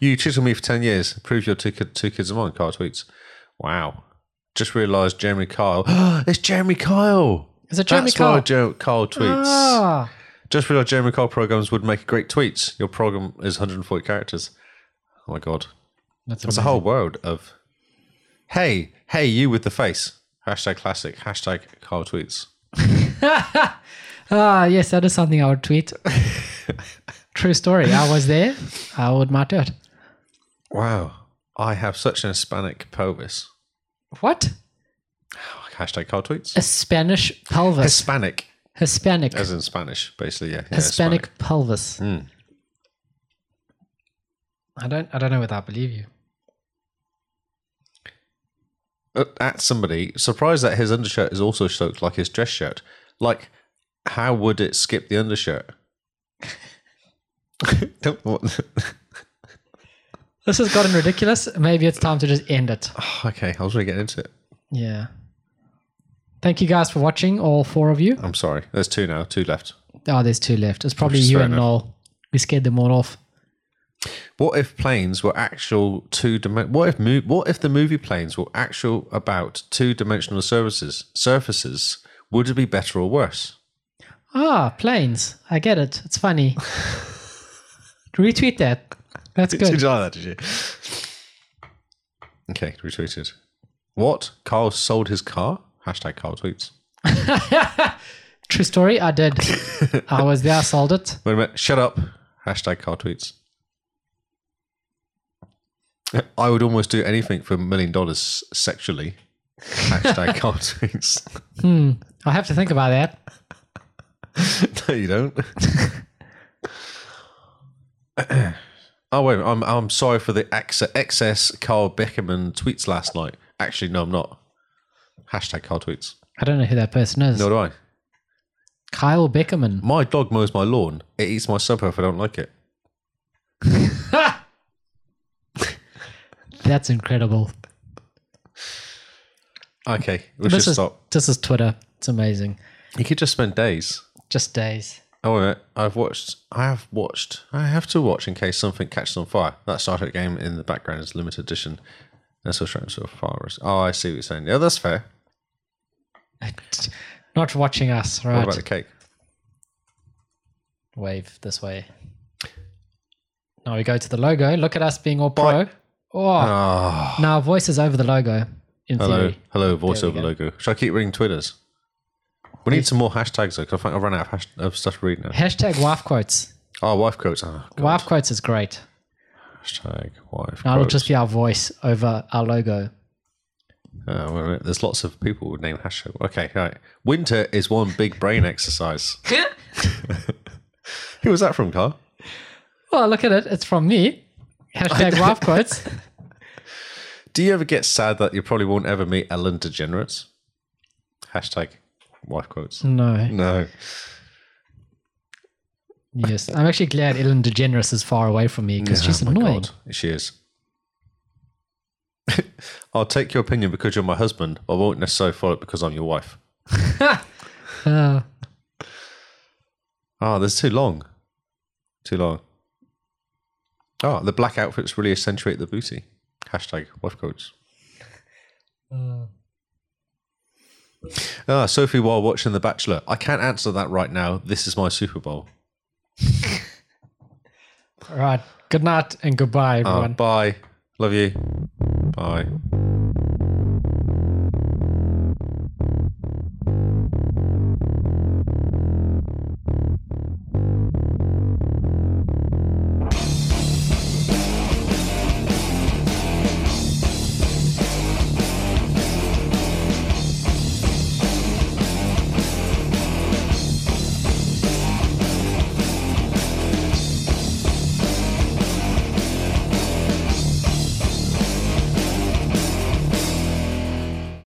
B: You chiseled me for 10 years. Prove your two, ki- two kids are mine. Carl tweets. Wow. Just realized Jeremy Kyle. (gasps) it's Jeremy Kyle.
A: Is it Jeremy
B: That's
A: Kyle?
B: why Jer- Kyle tweets.
A: Ah,
B: Just realized Jeremy Kyle programs would make great tweets. Your program is 140 characters. Oh my god.
A: that's
B: It's a
A: amazing.
B: whole world of Hey, hey, you with the face. Hashtag classic. Hashtag Kyle tweets.
A: Ah, yes, that is something I would tweet. True story. I was there. I would might do it.
B: Wow. I have such an Hispanic pelvis.
A: What?
B: Hashtag Kyle tweets.
A: A Spanish pelvis.
B: Hispanic.
A: Hispanic.
B: As in Spanish, basically, yeah. yeah,
A: Hispanic, pelvis. I don't. I don't know whether I believe you.
B: Uh, At somebody, surprised that his undershirt is also soaked like his dress shirt. Like, how would it skip the undershirt? Don't, what-
A: This has gotten ridiculous. Maybe it's time to just end it.
B: Oh, (laughs) okay, I was really getting into it.
A: Yeah. Thank you guys for watching, all four of you.
B: I'm sorry. There's two now, two left.
A: Oh, there's two left. It's probably
B: is
A: you
B: fair
A: and
B: enough.
A: Noel. We scared them all off.
B: What if planes were actual two dimension? What if mo- what if the movie planes were actual about two dimensional surfaces? Surfaces would it be better or worse?
A: Ah, planes. I get it. It's
B: (laughs)
A: funny. Retweet that. That's good.
B: you like that? Did you? Okay, retweeted. What? Carl sold his car. Hashtag Carl tweets.
A: (laughs) True story. I
B: (laughs)
A: did. I was there. I sold it.
B: Wait a minute. Shut up. Hashtag Carl tweets. I would almost do anything for a million dollars sexually.
A: (laughs)
B: Hashtag cartoons.
A: I have to think about that.
B: (laughs) no, you don't. oh wait, I'm I'm sorry for the ex- excess Carl Beckerman tweets last night. Actually, no, I'm not. Hashtag Carl tweets.
A: I don't know who that person is.
B: Nor do I.
A: Kyle Beckerman.
B: My dog mows my lawn. It eats my supper if I don't like it.
A: That's incredible.
B: Okay, let's
A: this
B: just
A: is
B: stop.
A: this is Twitter. It's amazing.
B: You could just spend days.
A: Just days. (laughs)
B: Oh, wait, a minute. I've watched. I have watched. I have to watch in case something catches on fire. That Star Trek game in the background is limited edition. That's still showing sort of fire risk. Oh, I see what you're saying. Yeah, that's fair.
A: Not watching us,
B: What
A: right?
B: about the cake?
A: Wave this way. Now we go to the logo. Look at us being all pro. Oh,
B: Ah,
A: now our voice is over the logo. In
B: hello,
A: theory,
B: hello,
A: go.
B: voiceover logo. Should I keep reading Twitters? We need some more hashtags though, 'cause I think I've run out of, hash- of stuff to read now.
A: hashtag WAF quotes.
B: Oh, wife quotes. Oh, God.
A: WAF quotes is great.
B: Hashtag wife
A: Now it'll
B: quotes.
A: just be our voice over our logo.
B: Oh, wait a minute. There's lots of people with name hashtag. Okay, right. Winter is one big brain (laughs) exercise. Who was that from, Carl?
A: Well, look at it. It's from me. Hashtag
B: (laughs)
A: WAF quotes.
B: Do you ever get sad that you probably won't ever meet Ellen DeGeneres? Hashtag wife quotes.
A: No.
B: No.
A: Yes, I'm actually glad Ellen DeGeneres is far away from me because she's
B: Oh my
A: annoying.
B: God, She is. (laughs) I'll take your opinion because you're my husband. I won't necessarily follow it because I'm your wife.
A: Uh,
B: Ah, there's too long. Too long. Ah, the black outfits really accentuate the booty. Hashtag wife quotes.
A: Uh.
B: Ah, Sophie, while watching The Bachelor, I can't answer that right now. This is my Super Bowl.
A: all Uh, right. Good night and goodbye,
B: Ah,
A: everyone.
B: bye. Love you. Bye.